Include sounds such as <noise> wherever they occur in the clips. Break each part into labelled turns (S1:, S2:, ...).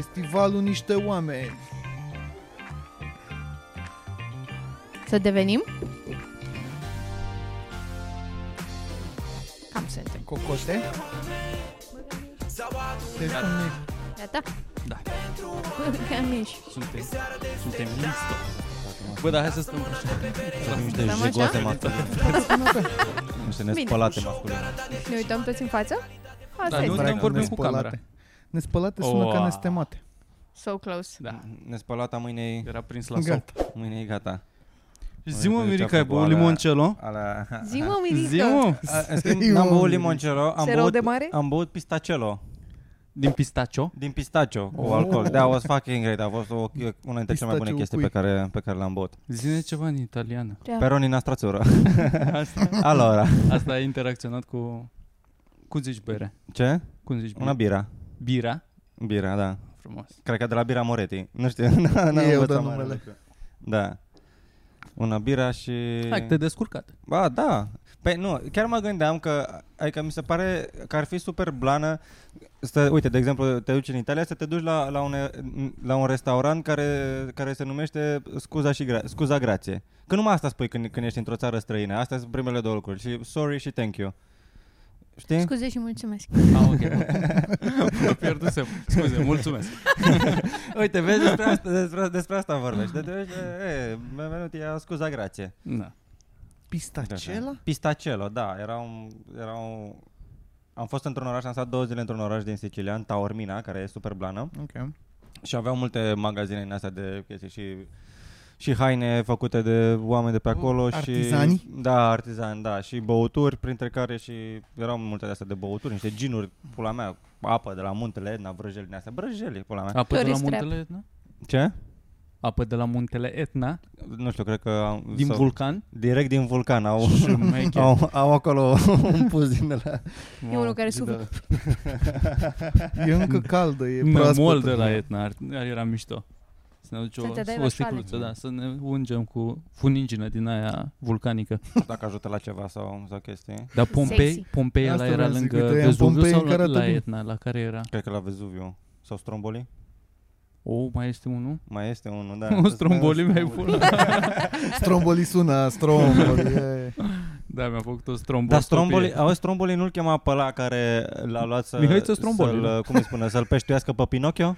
S1: Festivalul niște oameni.
S2: Să devenim? Cam suntem.
S1: Cocote? Deci cum e?
S2: Gata? <laughs>
S3: Da.
S2: Cam ești.
S3: Suntem, suntem listo. Bă, dar hai să stăm așa.
S4: Niște
S2: Stăm așa?
S4: jigote masculine. Niște nespălate masculine.
S2: Ne uităm toți în față? Asta
S3: Da,
S2: da,
S3: nu
S2: este.
S3: uite-
S1: Brag,
S3: vorbim cu
S1: nespălate.
S3: camera.
S1: Nespălate sună
S3: Oa.
S1: ca nestemate.
S2: So close.
S3: Da.
S4: Nespălata mâine e,
S3: Era prins la
S1: Gata.
S3: sop.
S4: mâine e gata.
S3: Zi mă,
S4: Uite,
S3: Mirica,
S4: ce-a
S3: ai
S4: făcut
S3: băut
S4: alea.
S3: limoncello?
S4: Ala...
S2: Zi mă,
S3: Zi
S2: Mirica.
S3: mă!
S4: A, în schimb, N-am băut limoncello, am
S2: Se rău
S4: băut,
S2: de mare?
S4: am băut pistacelo
S3: Din pistacio?
S4: din pistacio cu
S1: Oh.
S4: alcool. Da, was fucking great. A fost o, una dintre cele mai bune
S1: Pistaciu
S4: chestii
S1: cui?
S4: pe care, pe care le-am băut.
S3: Zine ceva în italiană.
S2: Da.
S4: Peroni în
S1: <laughs>
S4: astrațură.
S3: Asta,
S4: Alora.
S3: asta ai interacționat cu... Cum zici bere?
S4: Ce?
S3: Cum zici bere?
S4: Una bira.
S3: Bira.
S4: Bira, da.
S3: Frumos.
S4: Cred că de la Bira Moretti. Nu știu. <laughs> n-am
S1: Eu
S4: învățat
S1: dau
S4: mare
S1: numele.
S4: lucru. Da. Una bira și...
S3: Hai, că te-ai descurcat.
S4: Ba, da. Păi nu, chiar mă gândeam că, adică mi se pare că ar fi super blană să, uite, de exemplu, te duci în Italia să te duci la, la, un, la un restaurant care, care se numește Scuza, și gra- Scuza Grație. Că numai asta spui când, când ești într-o țară străină. Astea sunt primele două lucruri. Și sorry și thank you. Știi?
S2: Scuze și mulțumesc.
S3: Ah, ok. <laughs> Mă pierdusem. Scuze, mulțumesc.
S4: Uite, vezi, despre asta, despre, despre asta vorbești. De, de, de, e, benvenuti a Scuza Grație.
S3: Da.
S1: Pistacela?
S4: Pistacelo, da, era un, era un... Am fost într-un oraș, am stat două zile într-un oraș din Sicilia, în Taormina, care e super blană
S1: Ok.
S4: și aveau multe magazine în astea de chestii și și haine făcute de oameni de pe acolo
S1: Artizani?
S4: și da, artizani, da, și băuturi, printre care și erau multe de astea de băuturi, niște ginuri, pula mea, apă de la muntele Etna, brăjeli din astea, brăjeli, pula mea.
S3: Apă de la
S2: Tourist trap.
S3: muntele Etna?
S4: Ce?
S3: Apă de la muntele Etna,
S4: Nu știu, cred că am,
S3: din
S4: sau-
S3: vulcan.
S4: direct din vulcan au,
S3: <laughs> Șmecher.
S4: au, au acolo <laughs> un pus din ăla.
S2: E unul care suflă.
S1: E încă caldă, e
S3: Nămol
S1: proaspătă.
S3: de la Etna, ar, ar era mișto. Să ne aduce
S2: Să te dai
S3: o,
S2: la
S3: o sticluță,
S2: școală.
S3: da, să ne ungem cu funingină din aia vulcanică.
S4: Dacă ajută la ceva sau, sau chestii.
S3: Dar
S2: Sexy.
S3: Pompei, Pompei
S1: Asta
S3: ăla era
S1: vreau să zic,
S3: lângă
S1: uite, în
S3: Vezuviu
S1: Pompei
S3: sau
S1: în
S3: la,
S1: care
S3: la
S1: atât-
S3: Etna, la care era?
S4: Cred că la Vezuviu. Sau Stromboli?
S3: O, oh, mai este unul?
S4: Mai este unul, <laughs> da.
S3: Un stromboli mi-ai pula.
S1: Stromboli sună, stromboli.
S3: <laughs>
S1: e.
S3: da, mi-a făcut o stromboli.
S4: Dar Stromboli, auzi, Stromboli nu-l chema pe ăla care l-a luat să,
S3: Mihăiță Stromboli,
S4: să-l,
S3: nu?
S4: cum îi spune, să-l peștuiască pe Pinocchio?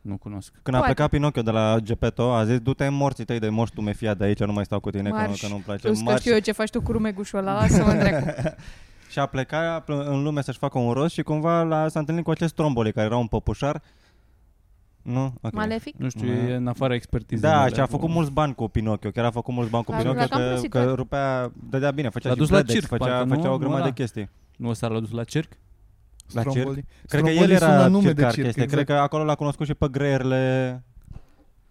S3: Nu cunosc.
S4: Când a
S2: Poate.
S4: plecat Pinocchio de la Gepeto, a zis, du-te în morții tăi de moș tu mefia de aici, nu mai stau cu tine, că, nu,
S2: Marș.
S4: că nu-mi place.
S2: Plus că
S4: Marș.
S2: știu eu ce faci tu cu rumegușul ăla, lasă-mă dracu.
S4: și a plecat a pl- în lume să-și facă un rost și cumva la, s-a întâlnit cu acest Stromboli care era un păpușar. Nu? Ok.
S2: <laughs> Malefic?
S3: Nu știu,
S4: Da.
S3: e în afara expertizei.
S4: Da,
S3: mele
S4: și a
S3: acum.
S4: făcut mulți bani cu Pinocchio, chiar a făcut mulți bani cu
S2: A
S4: Pinocchio,
S2: jucat cam
S4: că,
S2: prostituat.
S4: că rupea, dădea bine, făcea
S3: L-a
S4: și
S3: dus la
S4: Bredex,
S3: circ,
S4: făcea,
S3: parcă, nu? Da.
S4: făcea o
S3: Nu
S4: grămadă
S3: ăla.
S4: de chestii.
S3: Nu s-a dus la cerc?
S4: La circ?
S1: Stromboli.
S4: Cred că
S1: Stromboli
S4: el era
S1: sună nume de
S4: circar
S1: circ,
S4: chestie,
S1: exact.
S4: cred că acolo l-a cunoscut și pe greierele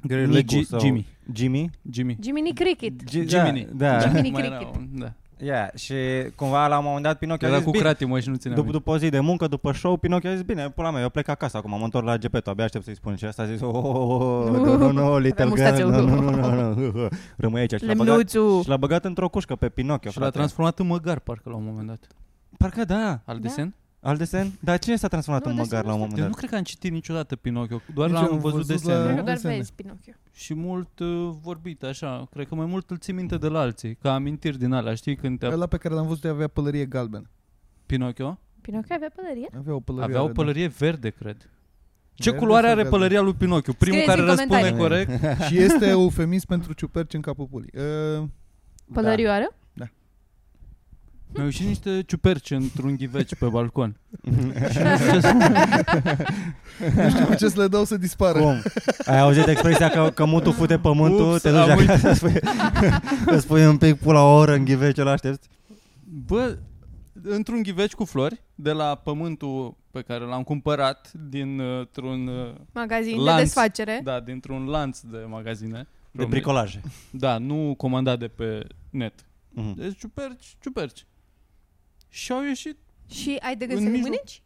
S4: greierele
S3: Nici
S4: Gu sau-
S3: Jimmy.
S4: Jimmy?
S3: Jimmy.
S2: Jiminy Cricket.
S4: Gi-
S3: Jiminy.
S4: Da, da.
S2: Jiminy
S3: Mai era
S2: Cricket.
S3: un- Da.
S4: Yeah. Și cumva la un moment dat Pinocchio a
S3: Era
S4: zis,
S3: cu
S4: bine,
S3: crate, mă, și nu țineam
S4: După, după o zi de muncă, după show, Pinocchio a zis, bine, pula mea, eu plec acasă acum, mă întorc la Gepeto, abia aștept să-i spun ce asta, a zis, oh, oh, oh, oh, no, no, no, little girl,
S2: mustațe,
S4: no, no, no, no, no, no, rămâi aici. Și l-a băgat,
S2: Lemnuțu.
S4: și l-a băgat într-o cușcă pe Pinocchio,
S3: Și l-a
S4: frate.
S3: transformat în măgar, parcă la un moment dat.
S4: Parcă da,
S3: Al
S2: Da.
S3: desen?
S4: al desen, dar cine s-a transformat
S2: Nu,
S4: în
S2: desenul
S4: măgar la un moment
S3: Eu
S4: dat?
S3: nu cred că am citit niciodată Pinocchio, doar
S1: Nici eu
S3: l-am
S1: am
S3: văzut,
S1: văzut
S3: desenul
S2: Cred
S1: la-
S2: că doar
S1: Desene.
S2: vezi Pinocchio.
S3: și mult uh, vorbit, așa. Cred că mai mult îl ții minte de la alții, ca amintiri din alea, știi? Când te
S1: Ăla pe care l-am văzut avea pălărie galbenă.
S3: Pinocchio
S2: Pinocchio avea pălărie?
S1: Avea o pălărie.
S3: avea o
S1: alea, da.
S3: pălărie verde, cred. Ce
S1: Verde
S3: culoare
S1: sau
S3: are
S1: galben?
S3: pălăria lui Pinocchio? Primul
S2: Scrieți
S3: care
S2: în
S3: răspunde
S2: comentarii.
S3: corect.
S1: <laughs> Și este eufemism pentru ciuperci în capul pulii.
S3: <laughs>
S1: Uh,
S3: Da.
S2: Pălărioară?
S3: Mi-au ieșit niște ciuperci într-un ghiveci pe balcon.
S1: nu știu cu ce să le dau să dispară.
S4: Cum? Ai auzit expresia că, că mutul fute pământul,
S3: Ups,
S4: te duci
S3: am
S4: acasă, îți spui, îți spui un pic pula o oră în ghivece, ăla aștepți.
S3: Bă, într-un ghiveci cu flori, de la pământul pe care l-am cumpărat dintr-un uh,
S2: Magazin
S3: Lanț.
S2: de desfacere.
S3: Da, dintr-un lanț de magazine.
S4: De
S3: România.
S4: bricolaje.
S3: Da, nu comandat de pe net.
S4: Mhm.
S3: Deci ciuperci, ciuperci. Și au ieșit.
S2: Și ai de
S3: În
S2: găsit
S3: mijloc.
S2: mânici?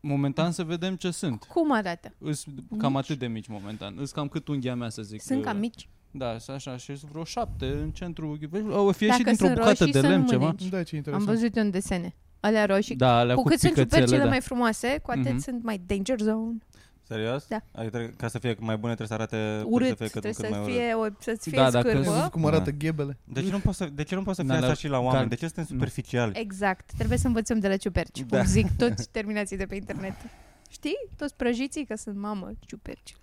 S3: Momentan să vedem ce sunt.
S2: Cum arată?
S3: Îs cam atât de mici momentan. Îs cam cât unghia mea să zic.
S2: Sunt
S3: că-
S2: cam mici.
S3: Da, sunt așa, și sunt vreo șapte în centru. Ghiveșului. Au
S2: Dacă
S3: fie ieșit dintr-o
S2: sunt
S3: bucată
S2: roșii,
S3: de
S2: sunt
S3: lemn ceva.
S2: mânici.
S1: Da, ce
S2: Am
S1: interesant.
S2: văzut eu în desene. Alea roșii.
S3: Da, alea
S2: cu
S3: cu
S2: cât sunt
S3: picățele,
S2: ciupercile
S3: da.
S2: mai frumoase, cu atât
S3: Mhm.
S2: sunt mai danger zone.
S4: Serios?
S2: Da.
S4: Adică, ca să fie mai bune trebuie să arate
S2: Urât,
S4: trebuie să fie cât,
S2: trebuie
S4: cât mai
S2: să
S4: urât.
S2: fie, o, să-ți fie
S3: Da,
S2: da,
S3: dacă-
S1: Ai
S2: scârbă.
S1: văzut cum arată ghebele?
S4: De ce nu poți să, de ce nu poți să fie
S3: Da,
S4: asta
S3: la-
S4: și la oameni?
S3: da.
S4: De ce suntem
S3: Nu.
S4: superficiali?
S2: Exact, trebuie să învățăm de la ciuperci,
S4: Da.
S2: cum <laughs> zic toți terminații de pe internet. Știi? Toți prăjiții că sunt mamă ciuperci.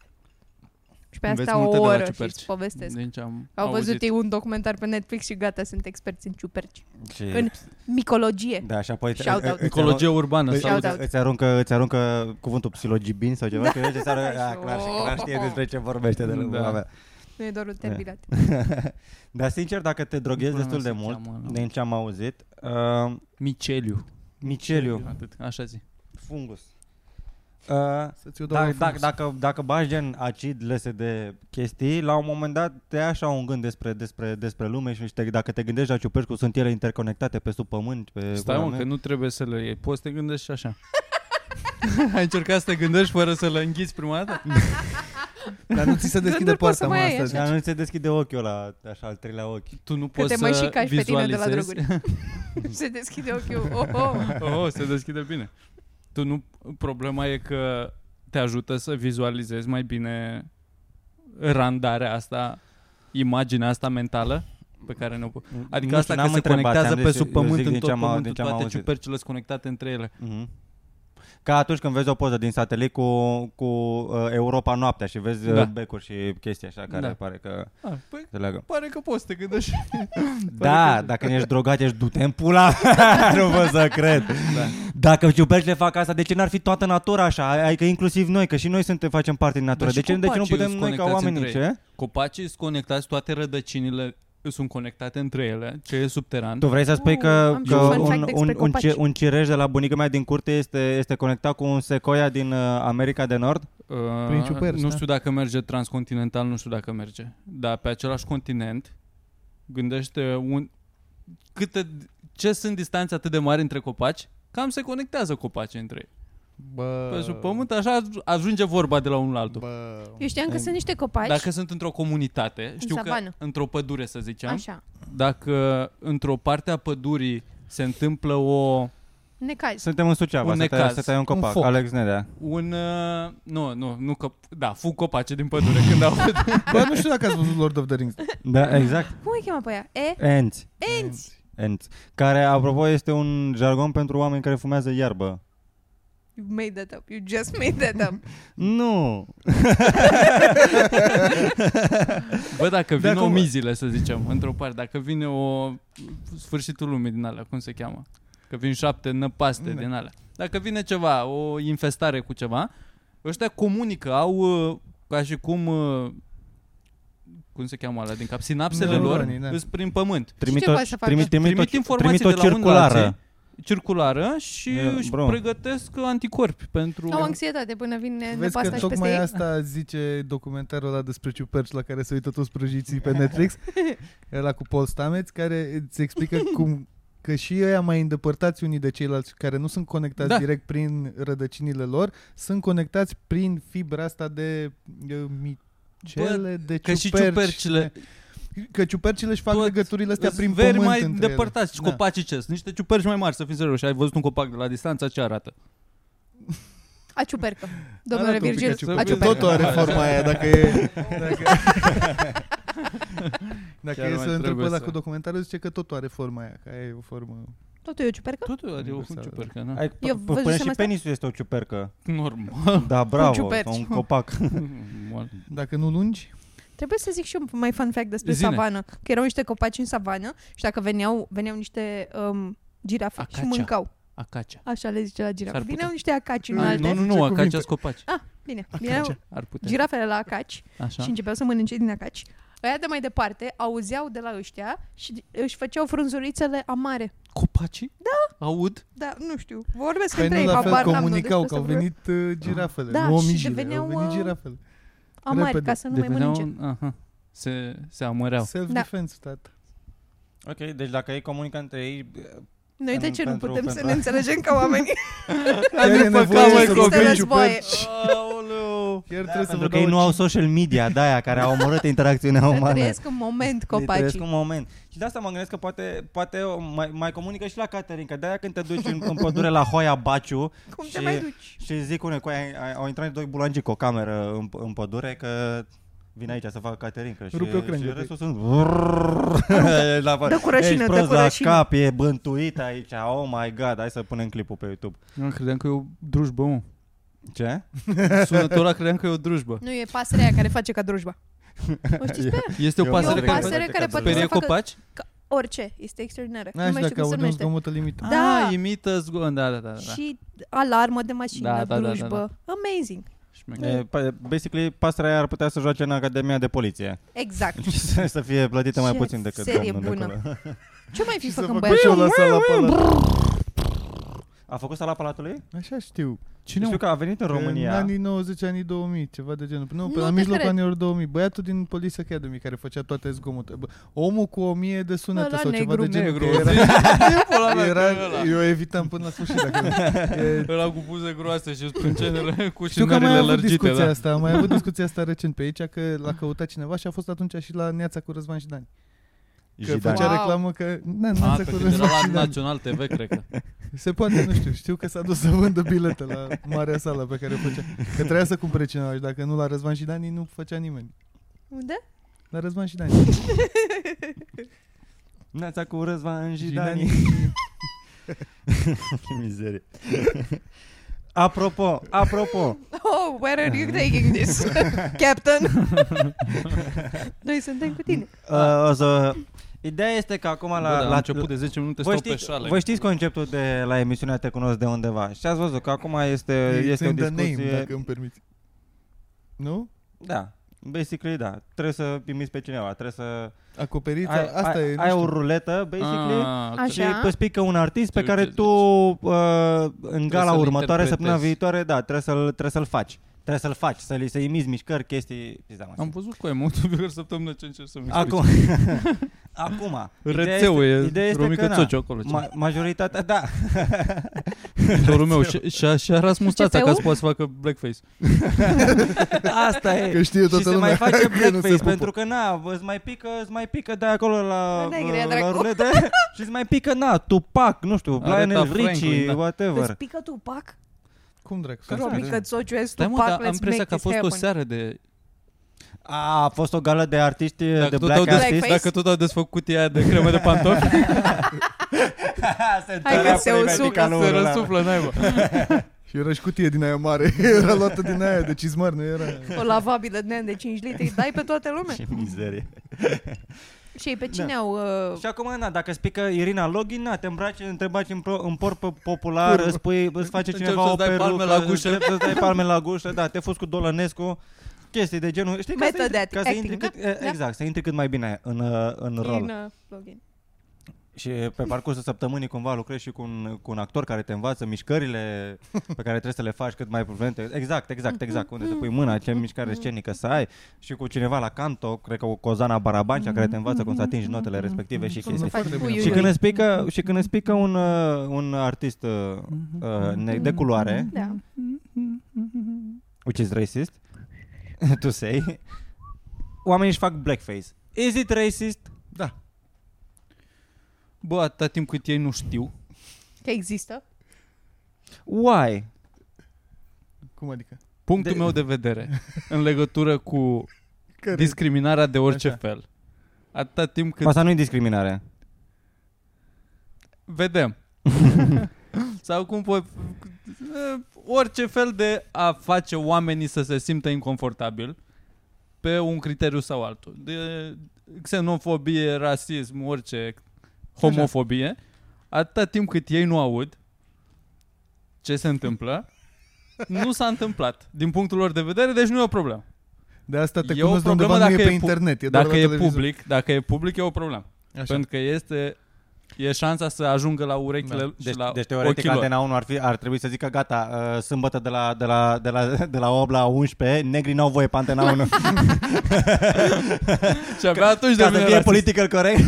S2: Și pe
S3: Înveți
S2: asta
S3: multe
S2: o
S3: de la
S2: oră și
S3: ciuperci.
S2: îți povestesc.
S3: Din ce am
S2: Au văzut
S3: auzit.
S2: ei un documentar pe Netflix și gata, sunt experți în ciuperci.
S4: Ce-
S2: În- Micologie.
S4: Da, și apoi
S2: Shout out.
S4: îți-
S3: Ecologie urbană.
S4: Îți,
S2: Shout
S3: sau
S2: out.
S4: îți, aruncă, îți aruncă cuvântul psilogibin sau ceva,
S2: Da,
S4: da, că vezi seara,
S2: așa.
S4: a, clar, și clar știe despre ce vorbește de
S3: Da.
S4: lumea.
S2: Nu e doar un terminat.
S4: <laughs> Dar sincer, dacă te droghezi
S3: Până
S4: destul de
S3: se
S4: mult,
S3: cheamă, Păi, nu?
S4: din ce am auzit, uh,
S3: Miceliu. Da,
S4: miceliu,
S3: Atât, așa zi.
S4: fungus. Uh,
S1: Să-ți o dau
S4: dacă,
S1: la
S4: dacă,
S1: fund.
S4: dacă, dacă bagi gen acid, LSD, chestii, la un moment dat te ia așa un gând despre, despre, despre lume și te, dacă te gândești la ciuperci cum sunt ele interconectate pe sub pământ, pe
S3: Stai
S4: pula
S3: mă,
S4: mea.
S3: că nu trebuie să le iei. Poți să te gândești și așa. <laughs> Ai încercat să te gândești fără să le înghiți prima dată?
S2: Da.
S1: Dar nu ți se deschide
S2: Gânduri poți să
S1: poarta, mă,
S2: mai ai,
S1: asta.
S4: Dar nu ți se deschide ochiul la așa al treilea ochi.
S3: Tu nu
S2: Că
S3: poți
S2: te
S3: să
S2: mai și cași pe tine de la
S3: vizualizezi.
S2: droguri.
S3: <laughs>
S2: Se deschide ochiul. Oh, oh.
S3: Oh, se deschide bine. Tu nu... Problema e că te ajută să vizualizezi mai bine randarea asta, imaginea asta mentală pe care ne Adică
S4: Nu
S3: asta
S4: știu,
S3: că
S4: n-am
S3: se
S4: întrebat,
S3: conectează
S4: ți-am
S3: pe
S4: zis,
S3: sub
S4: eu
S3: pământ
S4: zic
S3: în
S4: din ce
S3: tot
S4: am-
S3: pământul,
S4: din ce am
S3: toate
S4: auzit.
S3: ciupercile sunt conectate între ele.
S4: Mhm. Ca atunci când vezi o poză din satelit cu, cu uh, Europa noaptea și vezi da.
S3: Da.
S4: becuri și chestii așa care da.
S3: Da.
S4: pare că
S3: Ah, păi,
S4: se leagă.
S3: pare că poți să te gândești.
S4: Da, dacă ești drogat, ești du-te în pula <laughs> mea, nu pot să cred. Da. Dacă ciupercile fac asta, de ce n-ar fi toată natura așa? Adică inclusiv noi, că și noi suntem, facem parte din natură.
S3: Dar
S4: De
S3: și
S4: ce, de ce nu
S3: copacii
S4: putem
S3: sunt
S4: noi ca
S3: conectați
S4: oamenii?
S3: între ei.
S4: Ce?
S3: Copacii sunt conectați, toate rădăcinile sunt conectate între ele, ce e subteran.
S4: Tu vrei să spui
S2: Uh,
S4: că,
S2: am
S4: că
S3: și un
S4: un,
S3: fun
S4: un,
S2: fact
S4: un,
S2: despre
S4: un, ci-
S2: copaci.
S4: un cireș de la bunica mea din curte este, este conectat cu un secoia din uh, America de Nord?
S3: Uh,
S1: Prin ciuperci,
S3: nu
S1: da.
S3: știu dacă merge transcontinental, nu știu dacă merge. Dar pe același continent, gândește un... Câte, ce sunt distanțe atât de mari între copaci, cam se conectează copacii între ei.
S1: Bă.
S3: Pe sub pământ așa ajunge vorba de la unul la altul.
S1: Bă.
S2: Eu știam că sunt niște copaci.
S3: Dacă sunt într-o comunitate, știu că
S2: savană.
S3: într-o pădure să ziceam,
S2: Așa.
S3: dacă într-o parte a pădurii se întâmplă o
S2: Necaz.
S4: Suntem în Suceava,
S3: Un
S4: să tai,
S3: necaz,
S4: să tai un
S3: un
S4: copac,
S3: foc.
S4: Alex Nedea.
S3: un uh, nu, nu, nu că da, fug copace din pădure <laughs> când aud.
S1: Bă, nu știu dacă ați văzut Lord of the Rings.
S4: Da, exact.
S2: Cum îi cheamă pe ea? E?
S4: Ents.
S2: Enți.
S4: Ents. Care, apropo, este un jargon pentru oameni care fumează iarbă.
S2: You made that up. You just made that <laughs> up.
S4: Nu!
S3: Bă, dacă
S4: De
S3: vin o
S4: acum-
S3: mizile, să zicem, într-o parte, dacă vine o sfârșitul lumii din alea, cum se cheamă? Că vin șapte năpaste
S1: Da.
S3: din alea. Dacă vine ceva, o infestare cu ceva, ăștia comunică, au uh, ca și cum uh, cum se cheamă alea din cap, sinapsele lor
S1: Neuronii, da.
S3: îs prin pământ.
S4: Trimit
S2: ce
S4: o,
S2: poate să facă?
S4: trimit, trimit,
S3: Trimit
S4: o,
S3: informații
S4: trimit o
S3: de la unul la
S4: circulară.
S3: alții. circulară și
S4: E,
S3: își
S4: bro.
S3: pregătesc anticorpi pentru...
S2: Au anxietate până vine
S1: Vezi că
S2: nepasta și peste
S1: tocmai
S2: ei.
S1: asta zice documentarul ăla despre ciuperci la care se uită toți prăjiții pe
S2: <laughs>
S1: Netflix, ăla cu Paul Stamets, care îți explică cum că și ăia mai îndepărtați unii de ceilalți care nu sunt conectați
S3: Da.
S1: da. direct prin rădăcinile lor, sunt conectați prin fibra asta de uh, micele, Bă, de ciuperci.
S3: Că și ciupercile
S1: Că ciupercile își fac
S3: Tot-
S1: legăturile astea
S3: sunt
S1: prin
S3: veri
S1: pământ
S3: mai
S1: între
S3: depărtați și
S1: ele. Da.
S3: copacii ce sunt. Niște ciuperci mai mari, să fim serioși. Ai văzut un copac de la distanță, ce arată?
S1: Da.
S2: A
S1: <laughs>
S2: ciupercă. Domnule
S1: Arată un pic
S2: Virgil,
S1: ciupercă.
S2: a
S1: Tot
S2: ciupercă.
S1: o are forma aia, dacă
S3: <laughs>
S1: e... Dacă, dacă
S3: Chiar
S1: e
S3: mai
S1: să întreb
S3: trebuie
S1: ăla
S3: să-
S1: cu documentarul, zice că tot o are forma aia, că aia e o formă...
S2: Totul e o ciupercă?
S3: Totul are o
S1: Universală.
S3: ciupercă, na.
S4: Ai,
S2: Eu
S4: p-
S2: văzusem
S4: până și
S2: asta.
S4: penisul este o ciupercă.
S3: <laughs> Normal.
S4: Da, bravo,
S2: ciuperci.
S4: un copac.
S3: Normal.
S1: Dacă nu lungi,
S2: Trebuie să zic și un mai fun fact despre
S3: Zine.
S2: savană. Că erau niște copaci în savană și dacă veneau, veneau niște um, girafe
S3: Acacea.
S2: și mâncau.
S3: Acacea.
S2: Așa le zice la
S3: S-ar
S2: girafe.
S3: putea.
S2: Veneau niște acaci
S1: Nu,
S2: înalte.
S3: Nu, nu,
S1: Ce
S3: nu,
S1: cuvinte?
S3: acacea copaci.
S2: Ah, bine. Veneau
S3: Ar putea.
S2: girafele la acaci
S3: Așa.
S1: Da.
S2: și începeau să mănânce din acaci. Aia de mai departe auzeau de la ăștia și își făceau frunzurițele amare.
S3: Copacii? Da. Aud?
S2: Da, nu știu. Vorbesc
S1: păi
S2: între
S1: nu
S2: ei.
S1: la fel
S2: habar n-am, nu
S1: comunicau, că
S2: despre
S1: au
S2: asta vorbesc.
S1: venit uh,
S3: Ah.
S1: girafele,
S2: Da,
S1: nu
S2: și
S1: omijile,
S2: deveneau,
S1: au venit
S2: uh,
S1: girafele.
S2: Amari,
S1: repede.
S2: ca să nu mai mănânce.
S3: Deveneau... Aha. Se, se amăreau.
S1: Self-defense,
S2: Da.
S1: tată.
S4: Ok, deci dacă ei comunică între ei...
S2: Noi de
S4: Pentru-
S2: ce nu
S4: pentru-
S2: putem să
S4: pentru-
S1: <laughs>
S2: ne înțelegem ca oameni?
S1: Chiar e
S3: făcut,
S1: nevoie
S3: măi,
S1: să
S2: Există
S1: vorbim
S2: războaie.
S1: ciuperci.
S3: Aoleu!
S1: Chiar trebuie să vă
S4: pentru că
S1: dau
S4: ei
S1: o
S4: nu au
S1: cinci.
S4: social media de aia care au omorât interacțiunea
S2: Să
S4: umană.
S2: trăiesc în moment
S4: Îi trăiesc
S2: copacii.
S4: un moment. Și de asta mă gândesc că poate, poate o mai, mai comunică și la Caterin, că de-aia când te duci în, în pădure la Hoia Baciu
S2: Cum
S4: și,
S2: te mai duci?
S4: și zic unei cu aia, ai- au intrat doi bulangi cu o cameră în, în pădure că vin aici să fac Caterin. Că și,
S1: Rupe o crengă,
S4: și
S1: păi.
S4: restul sunt...
S2: <laughs>
S4: <laughs> la,
S2: dă cu rășină, dă
S4: ești prost
S2: cu
S4: la
S2: rășină.
S4: cap, e bântuit aici, oh my god, hai să punem clipul pe YouTube.
S3: Nu, credeam că e o drujbă, mă.
S4: Ce?
S3: Sunătura credeam că e o drujbă.
S2: Nu, e pasărea aia care face ca drujba. O știți pe ea?
S3: Este o
S2: E
S4: Eu-
S3: pasăre
S2: o
S4: care
S2: pasăre
S4: face
S2: care
S4: ca
S2: poate
S3: Sperie
S2: să facă
S3: copaci?
S2: orice. Este extraordinară. Nu
S1: N-ai
S2: mai
S1: știu
S2: știu
S1: dacă
S2: cum se
S1: auzim zgomotă
S2: numește.
S1: limită.
S2: Da.
S3: Ah, imită zgon. Da, da, da, da.
S2: Și alarmă de mașină,
S3: Da, da, da, da,
S2: drujbă. Amazing.
S3: Șmecher.
S4: E, pa- basically, pasărea aia ar putea să joace în Academia de Poliție <laughs>
S2: Exact.
S4: și să, să fie plătită mai
S2: Ce
S4: puțin decât
S2: serie
S4: domnul de
S2: bună.
S4: acolo.
S2: Ce mai fi
S1: Și să
S2: făcând
S1: facă și
S2: băiatul?
S1: eu la
S4: <laughs>
S1: sala palatului.
S4: A făcut sala Palatului?
S1: Așa știu.
S4: Cine știu că a venit în România.
S1: În anii 90, anii 2000, ceva de genul. Nu, pe
S2: Nu
S1: la
S2: te
S1: mijlocul
S2: cred.
S1: anilor 2000. Băiatul din Police Academy care făcea toate zgomotele. Bă, Omul cu o mie de sunete
S2: Ăla
S1: sau ceva
S2: negru.
S1: de genul.
S3: Negru.
S1: că Era,
S3: Era,
S1: era, eu evitam până la sfârșit. Dacă e,
S3: Ăla cu buze groase și sprâncenele cu
S1: știu că am mai
S3: șinările
S1: avut
S3: lărgite,
S1: discuția
S3: da.
S1: asta, am mai avut discuția asta recent pe aici, că l-a căutat cineva și a fost atunci și la Neața cu Răzvan și Dani. Că
S4: Jidan.
S1: făcea
S2: Wow.
S1: reclamă că... Na,
S3: A,
S1: Neața
S3: că
S1: cu
S3: de
S1: Răzvan
S3: la
S1: și Dani.
S3: Național TV, cred că.
S1: Se poate, nu știu. Știu că s-a dus să vândă bilete la marea sală pe care o făcea. Că trebuia să cumpere cineva și dacă nu la Răzvan și Dani, nu făcea nimeni.
S2: Unde?
S1: La Răzvan și Dani.
S4: Neața cu Răzvan și
S1: Dani.
S4: Dani. Ce mizerie. apropo, apropo.
S2: Oh, where are you taking this, Captain? Noi suntem cu tine.
S4: Uh, o să... Ideea este că acum la,
S3: La, Bă, da, la
S4: la
S3: început de 10 minute
S4: voi
S3: stau pe
S4: știți,
S3: șale.
S4: voi știți conceptul de la emisiunea Te cunosc de undeva și ați văzut că acum este,
S1: It's
S4: este o
S1: in the name,
S4: discuție
S1: dacă îmi permiți. Nu?
S4: Da, basically da Trebuie să primiți pe cineva Trebuie să
S1: Acoperița,
S4: ai,
S1: asta
S4: ai,
S1: e, nu
S4: ai
S1: știu.
S4: o ruletă basically
S3: Ah,
S2: Așa.
S4: Și îți pică un artist pe
S3: Știu
S4: care
S3: ce
S4: tu uh, în gala
S3: să-l
S4: următoare, săptămâna
S3: interpretezi.
S4: viitoare, da, trebuie să-l, trebuie să-l faci. Trebuie să-l faci, să-l să imiți mișcări, chestii, pizda mă.
S3: Am văzut cu emotul pe săptămână ce încerc să-mi explici.
S4: Acum, <laughs> acum, ideea
S3: Rețeul
S4: este-
S3: e,
S4: ideea este
S3: Romică
S4: că, na,
S3: Țoci acolo. Ma...
S4: Ma- majoritatea, da,
S3: Dorul meu și- și-a și-a ras mustața
S2: CPU?
S3: ca să poată să facă blackface.
S4: <laughs> asta e.
S1: Că știe
S4: și
S1: toată
S4: se
S1: lumea <laughs>
S4: mai face
S1: că nu se
S4: blackface
S1: pupă.
S4: pentru că na, îți mai pică, îți mai pică de acolo la,
S2: La negre,
S4: la, la
S2: da, dracu.
S4: ruletă <laughs> și îți mai pică, na, Tupac, nu știu,
S3: Aretha
S4: Lionel
S3: Franklin,
S4: Richie,
S3: da.
S4: whatever.
S2: Îți pică Tupac?
S1: Cum dracu? Că...
S4: Că- Așa,
S2: Robi
S4: da.
S2: Cățociu, ești
S3: Stai mă, dar
S2: Tupac,
S3: am
S2: let's
S3: impresia
S2: make
S3: că a
S2: this
S3: fost o
S2: happen.
S3: seară de...
S4: A, a fost o gală de artiști, de
S3: Dacă tot, au
S4: black
S3: des,
S4: artists.
S2: Blackface?
S3: dacă tot au desfăcut ea de cremă de pantofi,
S4: se
S2: Hai că se usucă,
S3: se răsuflă naiba.
S1: Și era și cutie din aia mare. <laughs> Era luată din aia de cizmar, nu era...
S2: O lavabilă de de 5 litri, îi dai pe toată lumea.
S4: Ce mizerie.
S2: Și ei pe
S3: Da.
S2: cine au... uh,
S4: Și acum, na, dacă spică Irina Login, na, te îmbraci, te îmbraci în, pro, în porpă popular, îți, pui, îți face
S3: Începi
S4: cineva
S3: să-ți
S4: o
S3: dai
S4: perucă,
S3: palme la
S4: îți-
S3: gușă.
S4: îți dai palme la gușă, da, te fuzi cu Dolănescu, chestii de genul. Știi, ca să
S2: Method
S4: intri,
S2: act-
S4: ca să intri
S2: acting,
S4: cât, e,
S2: da?
S4: exact, să intri cât mai bine în, uh, în rol.
S2: din, uh, Logan.
S4: Și pe parcursul săptămânii cumva lucrezi și cu un, cu un actor care te învață mișcările pe care trebuie să le faci cât mai prudente. Exact, exact, exact. Unde să pui mâna, ce mișcare scenică să ai. Și cu cineva la canto, cred că cu Cozana Barabancea, care te învață cum să atingi notele respective și
S1: Sună
S4: chestii.
S1: foarte
S2: Faci
S1: bine.
S2: puiul.
S4: Și când îți pică, și când îți pică un, uh, un artist uh, uh, ne- de culoare,
S2: Da.
S4: which is racist, <laughs> tu say, oamenii își fac blackface. Is it racist?
S1: Da.
S3: Bă, atâta timp cât ei nu știu,
S2: Că există.
S4: Why?
S1: Cum adică?
S3: punctul
S4: De-
S3: meu de vedere în legătură cu
S1: Care?
S3: discriminarea de orice
S1: Așa.
S3: fel. Atâta timp cât
S4: Asta nu e discriminare. <laughs>
S3: vedem. Sau cum pot... eh, Orice fel de a face oamenii să se simtă inconfortabil pe un criteriu sau altul. De xenofobie, rasism, orice homofobie. Atâta timp cât ei nu aud ce se întâmplă, nu s-a întâmplat din punctul lor de vedere, deci nu e o problemă.
S1: De asta te
S3: E o
S1: cunosc de
S3: problemă
S1: undeva, nu e
S3: dacă
S1: pe
S3: e pu-
S1: internet. E doar
S3: Dacă
S1: la
S3: e
S1: televizor.
S3: public, dacă e public e o problemă. Așa.
S1: Așa.
S3: Pentru că este e șansa să ajungă la urechile da.
S4: Deci,
S3: și la
S4: deci
S3: ochii
S4: teoretic
S3: lor.
S4: Antena 1 ar, fi, ar trebui să zică gata, uh, sâmbătă de la, de, la, de, la, de la 8 la 11, negrii n-au voie pe
S3: <laughs>
S4: Antena 1.
S3: Și abia atunci
S4: Ca să
S3: devine
S4: fie
S3: rasist.
S4: political
S3: <laughs>
S4: corect,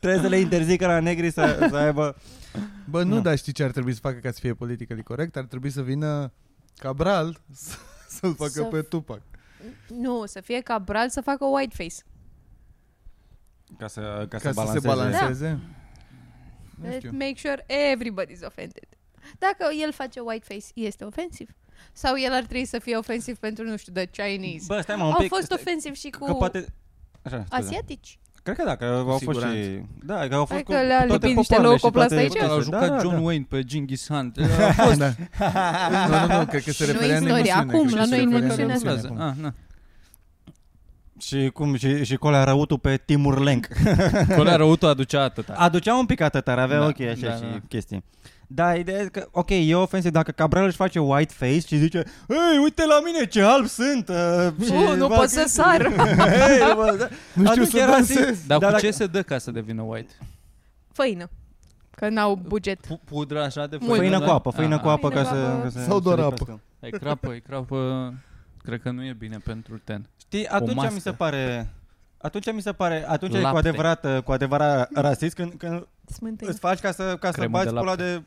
S4: trebuie să le interzică la negri să, să aibă...
S1: Bă, nu,
S4: Nu.
S1: dar știi ce ar trebui să facă ca să fie politically corect? Ar trebui să vină Cabral <laughs> să- Să-l facă
S2: Să-
S1: pe Tupac.
S2: Nu, să fie Cabral să facă whiteface.
S4: Ca să, ca
S1: Ca,
S4: să,
S1: să, se
S4: balanceze.
S1: balanceze. Nu
S2: Let
S1: știu.
S2: make sure everybody's offended. Dacă el face whiteface, este ofensiv? Sau el ar trebui să fie ofensiv pentru, nu știu, the Chinese?
S4: Bă, stai mă un
S2: Au
S4: pic.
S2: fost
S4: stai,
S2: ofensiv și cu
S4: Că poate... Așa, scuze.
S2: asiatici.
S4: Cred că da, că au fost și...
S1: siguranță.
S4: Da, că au fost
S2: Hai
S4: cu,
S2: că le-a
S4: cu toate
S2: lipit niște
S4: popoarele și
S2: locoplasă
S4: toate-
S2: aici.
S3: Că
S4: toate-
S3: l-a jucat
S4: da, da,
S3: John
S4: da.
S3: Wayne pe Genghis Khan.
S1: Da. Nu, nu, nu, cred că se
S2: Și nu
S1: referea în
S2: istoria,
S1: emisiune.
S2: acum,
S1: cred că
S2: la
S1: se
S2: noi în
S1: referea
S2: emisiune.
S1: acum.
S3: Ah, na.
S4: Și cum și, și Colea Răutu pe Timur Lenk. <laughs>
S3: Colea Răutu aducea atâta.
S4: Aducea un pic atât, avea da,
S3: Da,
S4: ochii așa da,
S3: da,
S4: și da.
S3: da.
S4: chestii. Da, ideea e că, ok, e ofensiv dacă Cabral își face white face și zice Hei, uite la mine ce alb sunt! Uh, <laughs> și
S2: Uh, nu
S4: fac
S2: pot să
S4: chestii." <laughs>
S2: sar.
S4: Hei, bă, da.
S1: Nu știu
S4: Atunci
S1: să
S4: era rasist.
S1: dansez.
S3: Dar
S4: Da,
S3: cu ce
S4: dacă-
S3: se dă ca să devină white?
S2: Făină. Că n-au buget.
S3: Pu- Pudră așa de
S2: Mult.
S4: Făină
S3: da?
S4: cu apă, făină
S3: Ah,
S4: cu apă ca
S2: Făină cu
S4: să...
S2: apă.
S4: ca să-
S1: Sau
S4: să
S1: doar
S4: lipească.
S3: ah. E crapă, e crapă. Cred că nu e bine pentru ten.
S4: Știi, atunci
S3: mască.
S4: mi se pare... Atunci mi se pare, atunci e cu
S3: Lapte.
S4: adevărat, uh, cu adevărat rasist când, când
S2: Smântână.
S4: îți faci ca să, ca să
S3: Cremă
S4: bați
S3: de
S4: pula
S3: lapte.
S4: de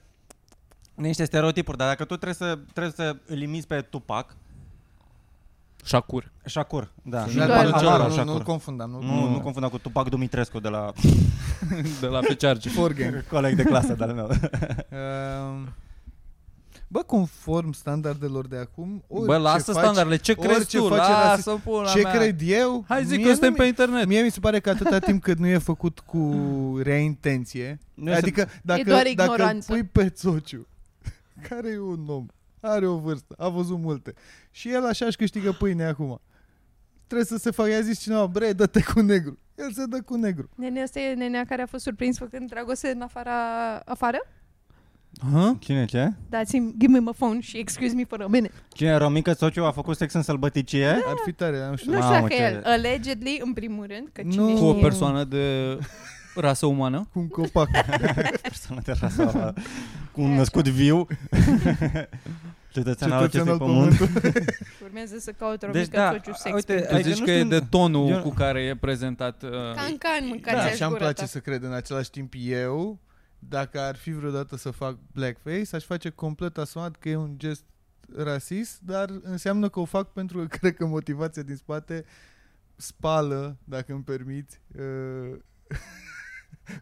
S4: niște stereotipuri, dar dacă tu trebuie să, trebuie să îl imiți pe Tupac,
S3: Șacur.
S4: Shakur, da.
S1: Dar
S2: Și
S1: nu-
S2: doar-
S1: nu-
S4: Amaro
S1: nu- Nu-l
S4: Shakur.
S1: confundam. Nu,
S4: Nu, nu confunda cu Tupac Dumitrescu de la
S3: <laughs> De la pe charge.
S1: Forgen.
S4: <laughs> coleg de clasă
S1: <laughs>
S4: de-al meu.
S1: Adică- Um, Bă, conform standardelor de acum, orice
S3: Bă, lasă
S1: faci,
S3: standardele. Ce
S1: orice
S3: crezi tu?
S1: faci rasist.
S3: Lasă pula
S1: Ce
S3: mea.
S1: cred eu?
S3: Hai zic
S1: mie
S3: că
S1: nu
S3: suntem
S1: mi-
S3: pe internet.
S1: Mie mi se pare că atâta timp cât nu e făcut cu rea intenție,
S4: Nu este-
S1: adică dacă,
S2: doar
S1: dacă îl
S2: ignoranță.
S1: pui pe Țociu, <laughs> care e un om, are o vârstă, a văzut multe, și el așa își câștigă pâine acum. Trebuie să se facă, i-a zis cineva, bre, dă-te cu negru. El se dă cu negru.
S2: Nenea asta e nenea care a fost surprins făcând dragoste în afara, afară?
S3: Hă?
S4: Cine ce?
S2: Dați-mi, give me my phone și excuse me for a minute.
S4: Cine Romica Sociu a făcut sex în sălbăticie?
S1: Ar fi tare, nu știu.
S2: Nu știu
S4: Mamă,
S2: dacă
S4: ce-
S2: el, allegedly, în primul rând, că cine
S1: Nu.
S2: știe.
S3: Cu o persoană de rasă umană?
S1: Cu un copac.
S4: Persoană de rasă, cu un născut
S1: <laughs>
S4: viu. Cetățean al acestui
S1: Cetățean al
S4: pământ.
S2: Urmează să caut o
S4: Deci
S2: deci,
S4: da,
S2: da, sociu sex.
S4: uite,
S2: Uite,
S3: Tu
S4: Adică
S3: zici
S4: nu
S3: că e
S4: știu-
S3: de tonul
S4: eu-
S3: cu care e prezentat... Uh,
S2: Cancan, mâncați
S1: Da,
S2: da,
S1: așa îmi place să cred. În același timp eu, dacă ar fi vreodată să fac blackface, aș face complet asumat că e un gest rasist, dar înseamnă că o fac pentru că <laughs> cred că motivația din spate spală, dacă îmi permiți, uh, <laughs>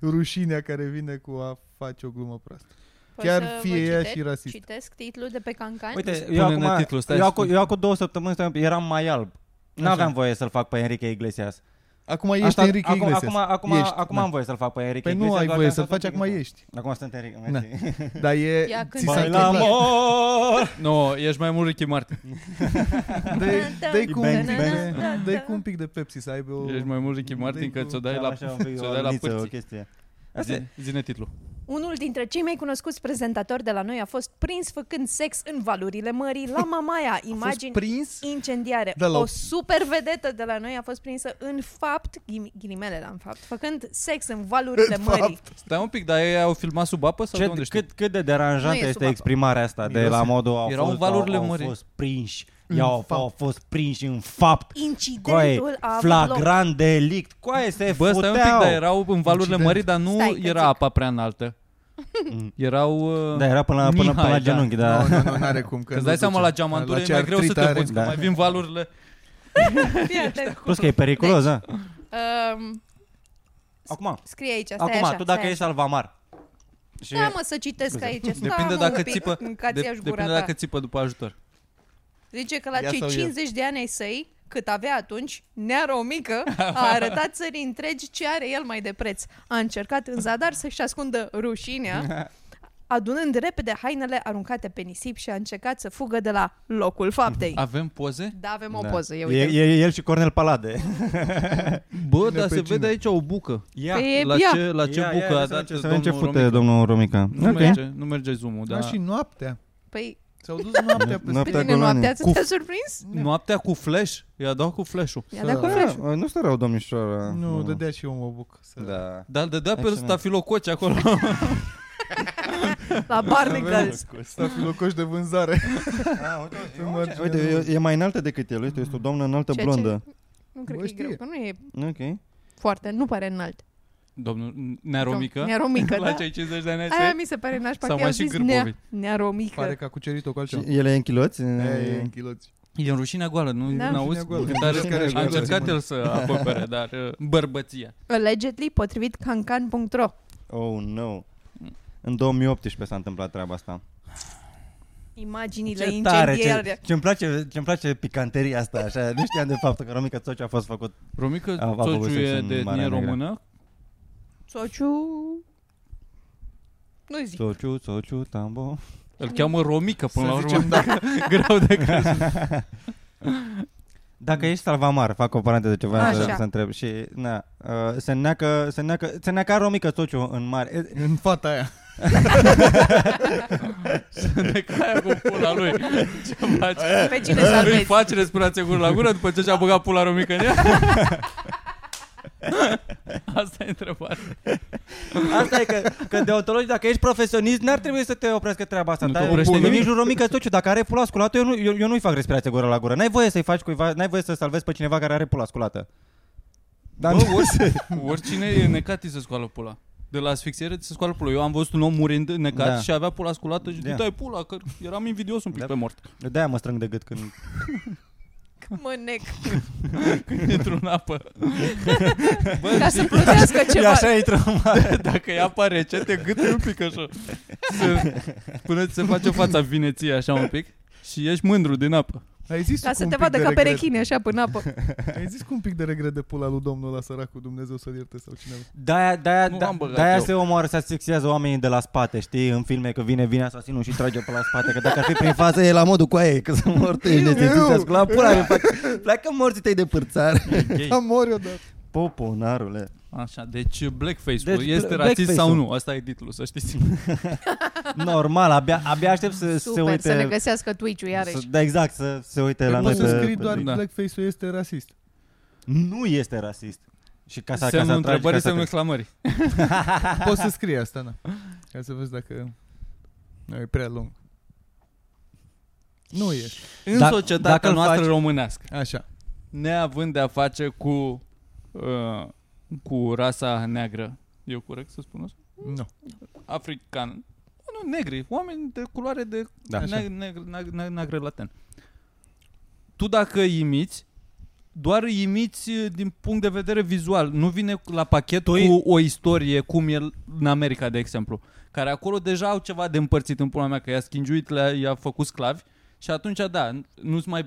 S1: rușinea care vine cu a face o glumă proastă. Chiar fie ea și rasistă.
S2: Citesc titlul de pe Cancan.
S4: Uite, eu
S3: Pune-ne
S4: acum,
S3: titlul, stai
S4: eu,
S3: să
S4: acum,
S3: spun.
S4: eu acum două săptămâni stai un pic, eram mai alb. N-aveam voie să-l fac pe Enrique Iglesias.
S1: Acum ești
S4: Asta-
S1: Enrique
S4: acum,
S1: Iglesias.
S4: acum, acum,
S1: Ești,
S4: acum
S1: da.
S4: am voie să-l fac pe Enrique
S1: Păi nu
S4: Iglesias.
S1: ai
S4: doar
S1: voie
S4: că
S1: să-l
S4: am fost
S1: faci,
S4: un
S1: acum
S4: pic-
S1: ești.
S4: Acum sunt Enrique,
S1: Da.
S4: mersi.
S1: Dar e...
S2: Ia
S1: ți
S2: când
S1: s-a
S2: ai
S4: Mai la
S1: întâmplat.
S4: mor!
S3: Nu, no, ești mai mult Ricky Martin.
S1: Dă-i- Dă-i cu un
S4: Bang,
S1: pic
S4: bang.
S1: de- dă-i cu un pic de Pepsi să aibă o...
S3: Ești mai mult Ricky Martin că ți-o dai
S4: Am
S3: la,
S4: așa
S3: <laughs>
S4: un pic,
S3: ți-o
S4: o
S3: dai la
S4: liniță, o
S3: pârții.
S4: chestie. Asta e.
S3: Zi- Zine titlul.
S2: Unul dintre cei mai cunoscuți prezentatori de la noi a fost prins făcând sex în valurile mării la Mamaia. Imagini
S1: prins?
S2: incendiare.
S1: Da, la
S2: O
S1: o-
S2: super vedetă de la noi a fost prinsă în fapt, ghim- ghilimele la în fapt, făcând sex în valurile
S1: În
S2: mării.
S3: Stai un pic, dar ei au filmat sub apă sau de unde
S4: Ce,
S3: știi?
S4: cât, cât de
S2: Nu
S4: deranjantă
S2: e sub
S4: este
S2: apă.
S4: exprimarea asta de
S1: Miroase.
S4: la modul au
S3: Erau în
S4: fost,
S3: valurile
S4: au, au
S3: mării.
S4: fost prinși,
S1: În
S4: i-au
S1: fapt.
S4: au fost prinși în fapt. Coaie,
S2: Incidentul a avut
S3: <laughs>
S2: loc.
S4: flagrant delict. Coaie, se
S3: Bă, stai un pic,
S4: futeau.
S3: dar erau în valurile
S1: Incident.
S3: mării, dar nu
S2: Stai că
S3: era
S2: zic.
S3: apa prea înaltă. Erau... uh,
S4: Da, Mm. era până, la- până, până la
S3: Mihai, da.
S4: genunchi, da.
S1: Nu, nu, nu, n-are cum. Că
S3: Că îți
S1: nu
S3: dai seama
S1: duce.
S3: la geamantură
S1: La
S3: e
S1: ce
S3: mai greu să
S1: artrită
S3: te
S1: are.
S3: buți,
S4: Da.
S3: că mai vin valurile.
S2: Fii atent cu-
S4: Plus că e periculos, da.
S2: Um,
S4: Acum,
S2: Scrie aici, stai
S4: acum
S2: Deci, așa,
S4: tu
S2: stai
S4: dacă
S2: așa.
S4: ești salvamar. Și
S2: Da, mă, să citesc aici. Stai,
S3: Depinde
S2: mă,
S3: dacă
S2: un pic,
S3: țipă,
S2: mâncați
S3: de-
S2: aș gura
S3: depinde
S2: ta.
S3: dacă țipă după ajutor.
S2: Zice că la
S1: Ea
S2: cei
S1: sau el?
S2: 50 de ani ai săi, cât avea atunci, neara o mică a arătat țării întregi ce are el mai de preț. A încercat în zadar să-și ascundă rușinea, adunând repede hainele aruncate pe nisip și a încercat să fugă de la locul faptei.
S3: Avem poze?
S2: Da, avem o
S4: Da.
S2: poză, eu
S4: E,
S2: uite.
S4: e, el și Cornel Palade.
S3: Bă,
S1: Cine
S3: dar
S1: pe
S3: se
S1: cine?
S3: vede aici o bucă.
S4: Ia.
S2: Păi e
S3: La
S2: bia.
S3: ce, la ce
S4: Ia, ia,
S3: bucă
S4: ia
S3: a
S4: să vedem
S3: dat
S4: ce- să vedem ce
S3: domnul
S4: fute
S3: Romica.
S4: domnul Romica.
S3: Nu
S4: Ok.
S3: merge, nu merge zoom-ul,
S1: Da.
S3: dar...
S1: și noaptea.
S2: Păi,
S1: S-au dus noaptea pe
S2: pe
S4: Noaptea
S1: noaptea.
S2: tine
S4: coloane.
S2: noaptea ți
S3: Cu-
S2: te-a surprins?
S3: Noaptea cu flash, i-a dat cu flash-ul.
S2: Mi-a dat
S1: Da.
S2: cu flash
S4: Da, Nu stă rău, domnișoară.
S1: Nu, dădea și eu mă buc. Să...
S4: Da.
S3: Dar îl dădea pe
S4: Așa.
S3: stafilococi acolo.
S2: la Barnacles.
S1: Să fi locoș de
S4: <laughs>
S1: vânzare.
S4: Ah, Uite, e, e mai înaltă decât el. Este, este o doamnă înaltă
S2: Ceea ce-
S4: blondă.
S2: Nu cred
S1: Bă,
S2: că e
S1: știe.
S2: greu, că nu e
S4: Ok.
S2: foarte, nu pare înalt.
S3: Domnul Nearomică,
S2: Nea romică,
S3: <laughs> la
S2: da.
S3: cei 50 de ani ai
S2: Aia
S3: săi.
S2: mi se pare nașpa,
S3: Sau
S2: că
S3: mai
S2: i-au
S3: și
S2: zis
S3: Gârbovici.
S2: nea, nea romică.
S1: Pare că a cucerit-o cu
S4: Și
S1: altceva.
S4: el e în chiloți?
S1: E, e în chiloți.
S3: E în rușinea goală, nu
S2: Da.
S3: da. n-auzi?
S1: Rușinea goală.
S3: Dar
S1: Rușinea
S3: a
S1: goală.
S3: încercat el
S2: <laughs>
S3: să apere, dar uh, bărbăția.
S2: Allegedly, potrivit cancan.ro.
S4: Oh, no. În 2018 s-a întâmplat treaba asta.
S2: Imaginile
S4: ce,
S2: incendiare.
S4: ce-mi, place, ce-mi place picanteria asta, așa. <laughs> Nu știam de faptul că Romica Țociu a fost făcut.
S3: Romică,
S4: A- a
S3: Sociu
S4: povestit
S3: e
S4: în
S3: de etnie
S4: Marea Neagră.
S3: română?
S2: Sociu... Nu zic.
S4: Țociu, Țociu, Tambo.
S3: Îl cheamă Romică până la
S1: Să
S3: urmă.
S1: zicem dacă
S3: <laughs> Greu de crezut.
S4: Dacă ești salvamar, fac o paranteză ce vreau să,
S2: Așa.
S4: să întreb. Și, na, uh, se neacă, se neacă, se neacă Romica Țociu în mare. E-
S1: în fata aia.
S3: De caia cu pula lui. Ce faci?
S2: Pe cine
S1: <laughs>
S3: Îi
S2: salvezi?
S3: faci respirație gură la gură după ce și-a băgat pula romică în ea? Asta e întrebarea.
S4: Asta e că, că deontologi, dacă ești profesionist, n-ar trebui să te oprească treaba asta.
S3: Nu te
S4: Dar
S3: oprește
S4: în
S3: nimic.
S4: jurul Romica Țociu, dacă are pula sculată, eu, nu, eu, eu, nu-i fac respirație gură la gură. N-ai voie să-i faci cuiva, n-ai voie să salvezi pe cineva care are pula sculată. Dar nu,
S3: <laughs> Oricine e necat îi se scoală pula. De la asfixiere ți se scoală pula. Eu am văzut un om murind necat
S4: Da.
S3: da. și avea pula sculată și
S4: Da.
S3: da. dai pula, că eram invidios un pic
S4: Da.
S3: da. pe mort. <laughs>
S4: de-aia mă strâng de gât când
S2: Mânec.
S3: Când intru în
S4: <laughs>
S3: apă. Bă,
S2: Ca să plutească
S4: E
S2: ceva.
S4: așa intră în mare.
S3: dacă e apa rece, te gâtul un pic așa. Se, până ți se face fața vineție așa un pic și ești mândru din apă.
S1: Ai zis
S2: Ca
S1: cu
S2: să
S1: un
S2: te
S1: pic
S2: vadă
S1: de
S2: ca
S1: regret.
S2: perechine așa
S1: <laughs>
S2: până apă.
S1: Ai zis cu un pic de regret de pula lui domnul la săracul Dumnezeu să-l ierte sau cineva.
S4: De-aia, de-aia,
S3: Nu
S4: de
S3: am băgat
S4: de-aia
S3: eu.
S4: se omoară, se asfixiază oamenii de la spate, știi? În filme că vine, vine asasinul și trage pe la spate. Că dacă ar fi prin față, e la modul cu aia, că să mor tu ești destințesc. La pula, mea, fac, pleacă morții tăi de pârțar.
S1: Da, mor eu, dar...
S4: Poponarule.
S3: Așa, deci blackface-ul
S4: Deci,
S3: deci, este
S4: bla-
S3: rasist sau
S4: blackface-ul.
S3: nu? Asta e titlul, să știți.
S4: Normal, abia, abia aștept să se
S2: Super,
S4: uite...
S2: să ne găsească Twitch-ul iarăși.
S4: să- da, exact, să se uite la
S1: Eu
S4: noi
S1: Păi poți să
S4: pe,
S1: scrii
S4: pe
S1: doar
S3: Da.
S1: blackface-ul este rasist.
S4: Nu este rasist. Și ca să, ca să
S3: Semnul
S4: atragi, ca
S3: întrebării,
S4: să
S3: semnul
S4: te...
S3: exclamării.
S1: Poți să scrii asta, na. Ca să vezi dacă... Nu, e prea lung. Nu e.
S3: În
S4: Dacă-
S3: societatea
S4: Da, dacă îl
S3: noastră
S4: faci-
S3: românească,
S1: Așa.
S3: neavând de-a face cu, uh, cu rasa neagră, eu corect să spun asta?
S1: Nu.
S3: African. Nu, negri, oameni de culoare de
S4: Da.
S3: da,
S1: Așa.
S3: neg- neg- neg- neg- neagră laten. Tu dacă îi imiți, doar îi imiți uh, din punct de vedere vizual. Nu vine cu- la pachet
S4: Tu îi-
S3: cu o istorie cum e l- în America, de exemplu. Care acolo deja au ceva de împărțit în pula mea, că i-a schingiuit, le-a- i-a făcut sclavi și atunci, da, n- nu-ți mai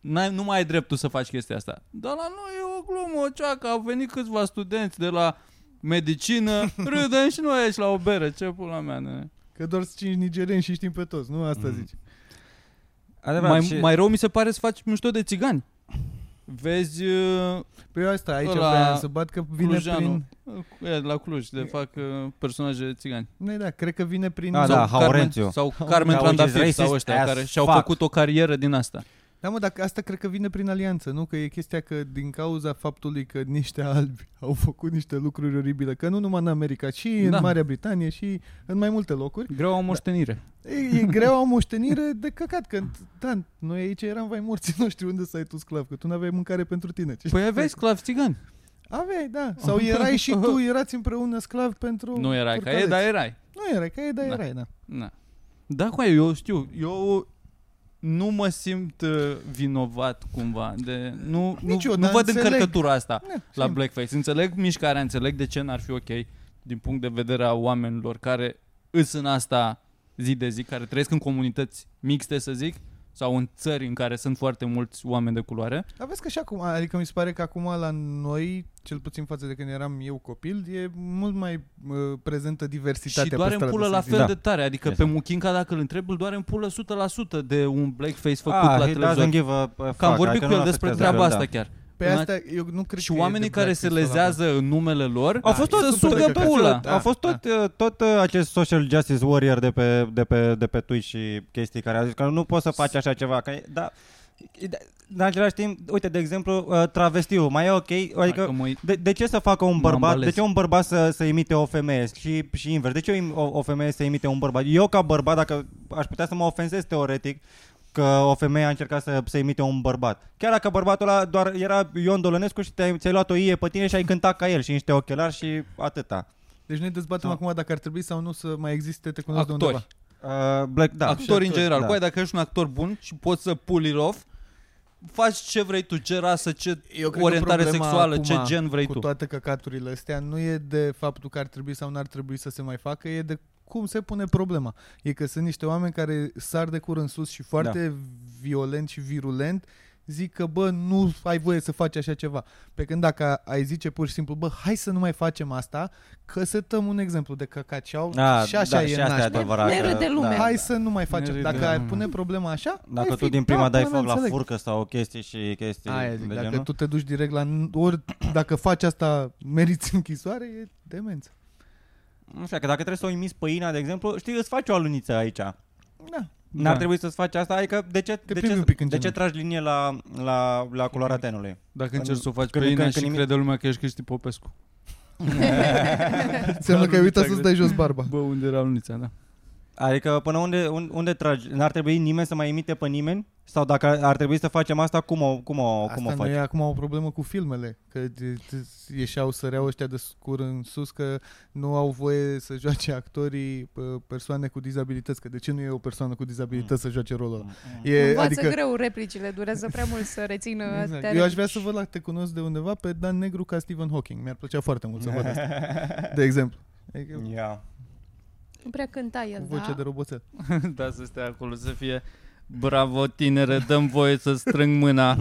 S3: n-ai, nu mai ai dreptul să faci chestia asta. Dar la noi e o glumă, o ceacă, au venit câțiva studenți de la medicină, râdem și noi aici la o bere, ce pula mea, nene.
S1: Că doar sunt cinci nigerieni și știm pe toți, nu? Asta
S4: Mhm.
S1: zici.
S4: Adevărat,
S3: Mai,
S4: și...
S3: mai rău mi se pare să faci mișto de țigani. Vezi uh,
S1: Păi eu asta, aici
S3: Ăla-
S1: vreau să bat că vine
S3: Clujanul.
S1: prin...
S3: e, la Cluj, de fac uh, personaje de țigani.
S1: Nu, da, cred că vine prin...
S4: A, da,
S1: Sau-
S3: Carmen,
S4: Haurențiu.
S3: sau Carmen
S4: Ca
S3: Trandafir
S4: ucis
S3: sau
S4: racist
S3: ăștia
S4: as
S3: care și-au
S4: fuck.
S3: făcut o carieră din asta.
S1: Da, mă, dar asta cred că vine prin alianță, nu? Că e chestia că din cauza faptului că niște albi au făcut niște lucruri oribile, că nu numai în America, și da.
S3: Da.
S1: în Marea Britanie, și în mai multe locuri,
S3: Greu o moștenire.
S1: e, e greu o moștenire de căcat, că, da, noi aici eram vai morții <laughs> noștri, unde să ai tu sclav, că tu nu aveai mâncare pentru tine. Ce
S3: Păi aveai sclavi țigani.
S1: Aveai, da. Sau erai și tu, erați împreună sclav pentru
S3: Nu erai ca ei,
S1: turcaleți.
S3: dar erai.
S1: Nu erai ca ei, dar
S3: Da.
S1: erai, da.
S3: Na. Da, cu aia, eu știu. Eu nu mă simt uh, vinovat cumva. De, nu,
S1: Nici
S3: nu,
S1: eu,
S3: nu
S1: dar
S3: văd
S1: înțeleg.
S3: încărcătura asta
S1: Da,
S3: la
S1: simt.
S3: blackface. Înțeleg mișcarea, înțeleg de ce n-ar fi ok din punct de vedere a oamenilor care îs în asta zi de zi, care trăiesc în comunități mixte, să zic, sau în țări în care sunt foarte mulți oameni de culoare.
S1: Dar vezi că și acum, adică mi se pare că acum la noi, cel puțin față de când eram eu copil, e mult mai uh, prezentă diversitatea
S3: și doare
S1: pe
S3: în
S1: stradă,
S3: pulă
S1: să
S3: la
S1: zic.
S3: fel
S4: Da.
S3: de tare. Adică
S4: Este.
S3: pe Muchinca, dacă îl întrebi, îl doare în pulă 100% de un blackface făcut
S4: Ah,
S3: la
S4: he
S3: televizor.
S4: doesn't give a- a
S3: Că am
S4: fuck,
S3: vorbit
S4: adică
S3: cu
S4: nu-l
S3: el despre
S4: afectează,
S3: treaba
S4: da.
S3: asta chiar.
S1: Pe
S3: În
S1: asta eu nu cred
S3: și
S1: că e de
S3: oamenii care se
S1: blackface ăla,
S3: lezează în numele lor
S4: Au fost
S1: Da,
S4: tot,
S1: e
S3: să
S1: super
S3: sugă
S1: că-
S3: pula.
S1: Da.
S4: Au fost tot, tot uh, acest social justice warrior de pe, de pe, de pe Twitch și chestii care a zis că nu poți să faci așa ceva. Că, e- da, e- da- dar în același timp, uite, de exemplu, uh, travestiul, mai e ok,
S3: Hai că
S4: adică
S3: mă-
S4: de, de ce să facă un
S3: Mă
S4: bărbat,
S3: ambalez.
S4: de ce un bărbat să, să imite o femeie și, și invers, de ce o, o femeie să imite un bărbat? Eu ca bărbat, dacă aș putea să mă ofensez teoretic, că o femeie a încercat să, să imite un bărbat. Chiar dacă bărbatul ăla doar era Ion Dolănescu și te-ai, ți-ai luat o ie pe tine și ai cântat ca el și niște ochelari și atâta.
S1: Deci noi dezbatem
S4: Da.
S1: acum dacă ar trebui sau nu să mai existe tehnologie de
S3: actori.
S1: undeva.
S4: Uh, Black, da.
S3: Actori în general.
S4: Da.
S3: Coai, dacă ești un actor bun și poți să pull it off, faci ce vrei tu, ce rasă, ce
S1: Eu cred că
S3: orientare
S1: problema
S3: sexuală,
S1: acum
S3: ce gen vrei
S1: cu
S3: tu.
S1: toate căcaturile astea nu e de faptul că ar trebui sau n-ar trebui să se mai facă, e de cum se pune problema. E că sunt niște oameni care sar de cur în sus și foarte da. violent și virulent zic că, bă, nu ai voie să faci așa ceva. Pe când dacă ai zice pur și simplu, bă, hai să nu mai facem asta, că să dăm un exemplu de căcat și, au,
S4: Da,
S1: și așa
S4: da,
S1: e
S4: și asta e
S1: nașpa.
S4: adevărat.
S2: Ne
S4: că-
S2: râde lumea.
S4: da.
S1: Hai să nu mai facem.
S3: Ne
S1: Dacă
S3: ridicăm.
S1: ai pune problema așa,
S4: Dacă
S1: ai
S4: tu
S1: fi,
S4: din prima
S1: da,
S4: dai
S1: până
S4: foc la
S1: înțeleg.
S4: furcă sau o chestie și chestii
S1: Aia zic,
S4: de
S1: dacă
S4: genul.
S1: tu te duci direct la... Ori dacă faci asta, meriți închisoare, e
S4: <laughs>
S1: demență.
S4: Nu știu, că dacă trebuie să o imiți păina, de exemplu, știi, îți faci o aluniță aici.
S1: Da.
S4: N-ar
S3: Da.
S4: trebui să-ți faci asta, adică de ce, de
S1: plimbi
S4: ce,
S1: un pic în
S4: de ce
S1: genunchi.
S4: tragi linie la, la, la culoarea tenului?
S3: Dacă
S4: Când-
S3: încerci să o faci
S4: când-
S3: pe Ina
S4: când-
S3: și
S4: când nimic-
S3: crede lumea că ești Cristi Popescu.
S4: Da,
S1: Înseamnă că ai uitat să-ți dai jos barba.
S3: Bă, unde era lunița, da.
S4: Adică până unde, un- unde tragi? N-ar trebui nimeni să mai imite pe nimeni? Sau dacă ar, ar trebui să facem asta, cum o, cum o, cum o
S1: Asta nu
S4: faci?
S1: e acum o problemă cu filmele, că de- de- ieșeau săreau ăștia de scur în sus că nu au voie să joace actorii pă, persoane cu dizabilități, că de ce nu e o persoană cu dizabilități să joace rolul
S4: Mm,
S1: ăla? E,
S2: Învață
S1: adică,
S2: greu replicile, durează prea mult să rețină
S1: exact.
S2: astea
S1: Eu aș vrea
S2: replici.
S1: să văd la Te cunosc de undeva pe Dan Negru ca Stephen Hawking. Mi-ar plăcea foarte mult să văd asta,
S4: <laughs>
S1: de exemplu. Adică,
S4: Ia.
S2: Nu prea cânta
S1: cu
S2: el,
S1: vocea
S2: da?
S1: de roboțel.
S3: <laughs> Da, să stea acolo, să fie... Bravo, tinere, dăm voie să strâng <laughs> mâna.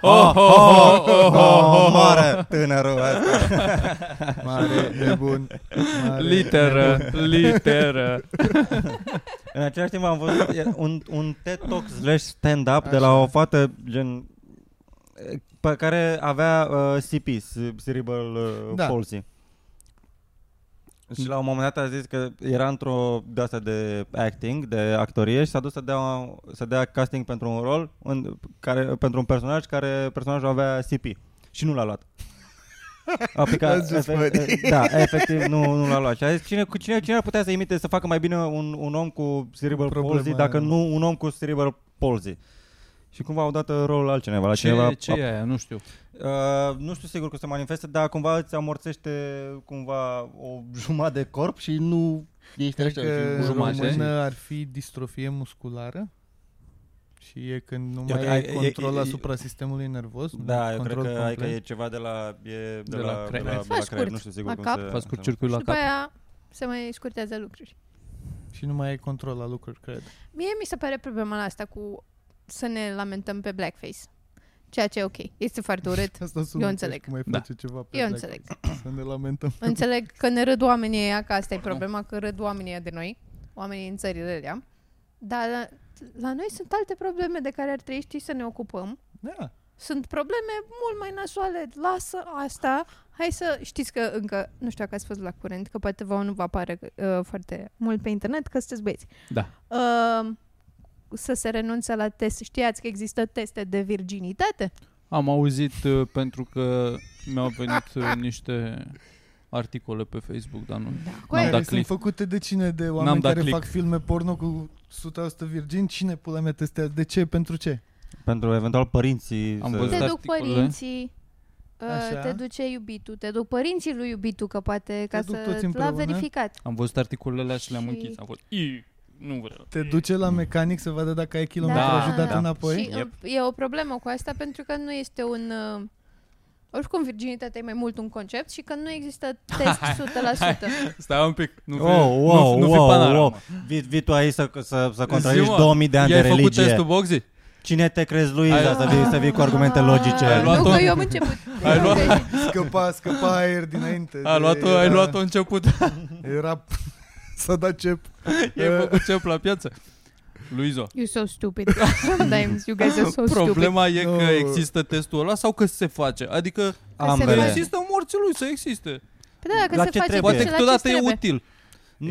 S4: Oh,
S3: oh, oh, oh,
S4: oh, mare tânărul ăsta.
S1: Mare, nebun. Mare,
S3: Literă, <laughs> literă.
S4: În același timp am văzut e, un, un TED Talk slash stand-up de
S1: Așa.
S4: la o fată gen pe care avea uh, CP, s- Cerebral uh, da.
S1: Da.
S4: Palsy. Și la un moment dat a zis că era într-o de asta de acting, de actorie și s-a dus să dea, să dea casting pentru un rol, în, care, pentru un personaj care personajul avea CP și nu l-a luat. A
S1: That's
S4: picat,
S1: just
S4: efect,
S1: funny.
S4: <laughs> da, efectiv nu, nu l-a luat. Și a zis, cine, cu cine, cine ar putea să imite, să facă mai bine un, un om cu cerebral
S1: Problema
S4: palsy, dacă
S1: aia.
S4: nu un om cu cerebral palsy? Și cumva au dat uh, rolul altcineva, la cineva.
S3: Ce, ce e aia? Nu știu.
S4: Uh, nu știu sigur că se manifestă, dar cumva îți amorțește cumva o <laughs> jumătate de corp și nu ești
S1: Cred
S4: așa.
S1: că
S4: și
S3: jumate.
S1: română ar fi distrofie musculară și e când nu
S4: Eu
S1: mai
S4: cred-
S1: ai
S4: e-
S1: control
S4: e- e-
S1: asupului sistemului nervos.
S4: Da, eu cred
S1: control
S4: că, hai că
S1: complet.
S4: e ceva de la e de,
S3: De
S4: la,
S3: la
S4: de
S3: creier.
S4: la, de la
S2: Faci
S4: creier,
S2: scurt,
S4: nu știu sigur
S2: la
S4: cum
S2: cap.
S4: se
S3: Faci
S4: se-
S3: cu circuit
S2: Și
S3: la
S2: după
S3: cap.
S2: aia se mai scurtează lucruri.
S1: Și nu mai ai control la lucruri, cred.
S2: Mie mi se pare problema la asta cu să ne lamentăm pe blackface. Ceea ce e ok. Este foarte urât.
S1: Asta sună
S2: Eu
S1: ca
S2: înțeleg.
S1: și Cum mai
S3: Da.
S1: face ceva pe
S2: Eu
S1: Black
S2: înțeleg. Păi-
S1: Lives. <coughs> Să ne lamentăm.
S2: Înțeleg că ne râd oamenii ăia, că asta e problema, că râd oamenii ăia de noi, oamenii în țările alea. Dar la, la noi sunt alte probleme de care ar trebui știi să ne ocupăm.
S1: Da.
S2: Sunt probleme mult mai nasoale. Lasă asta. Hai să știți că încă, nu știu dacă ați fost la curent, că poate vă nu vă apare uh, foarte mult pe internet, că sunteți băieți.
S3: Da.
S2: Uh, să se renunțe la test. Știați că există teste de virginitate?
S3: Am auzit uh, pentru că mi-au venit uh, niște articole pe Facebook, dar nu.
S2: Coaie.
S3: N-am dat
S1: Care sunt
S3: click.
S1: făcute de cine? De
S3: N-am
S1: oameni
S3: dat
S1: care
S3: click.
S1: fac filme porno cu 100% virgin? Cine pula mea testea? De ce? Pentru ce?
S4: Pentru eventual părinții
S3: Am
S4: să-
S3: văzut.
S2: Te duc
S3: articolele.
S2: părinții, uh,
S1: Așa.
S2: te duce iubitul, te duc părinții lui iubitul, că poate ca
S1: duc
S2: să
S1: toți
S2: l-a
S1: împreună.
S2: verificat.
S3: Am văzut articolele alea și le-am
S2: Și-
S3: închis. Am fost, "Ii, nu vreau.
S1: Te duce la mecanic să vadă dacă ai kilometrajul
S2: Da,
S1: dat
S2: da.
S1: înapoi?
S2: Și
S4: Yep.
S2: uh, e o problemă cu asta pentru că nu este un... uh, Oricum, virginitatea e mai mult un concept și că nu există test 100%.
S3: Stai un pic, nu fi,
S4: Oh,
S3: nu,
S4: wow,
S3: nu fi
S4: wow,
S3: panara,
S4: wow.
S3: mă.
S4: Vii, vii tu aici să, să, să contrazici
S3: Zi-mă,
S4: 2000 de ani de
S3: I-ai făcut
S4: religie.
S3: testul boxy?
S4: Cine te crezi, Luiza,
S3: Ai-
S4: să vii, să vii cu argumente logice?
S3: Ai luat-o?
S2: Nu, că eu am început.
S3: Ai luat-o?
S1: Scăpa, scăpa aer dinainte.
S3: Ai
S1: de-
S3: luat-o, ai
S4: da.
S1: era-
S3: luat-o început.
S1: Era... <laughs> S-a dat cep. Păi
S4: <laughs>
S3: I-ai făcut cep la piață. Luizo,
S2: <laughs> You're so stupid. Sometimes you guys are so stupid.
S3: problema e
S1: No.
S3: că există testul ăla sau că se face? Adică
S2: Pe-
S3: să
S4: Ambele.
S3: există în morții lui, să existe.
S2: Păi da, dacă
S4: La
S2: se
S4: ce
S2: face
S4: trebuie?
S2: bine,
S3: Poate
S2: la ce
S3: câteodată e
S2: trebuie.
S3: util.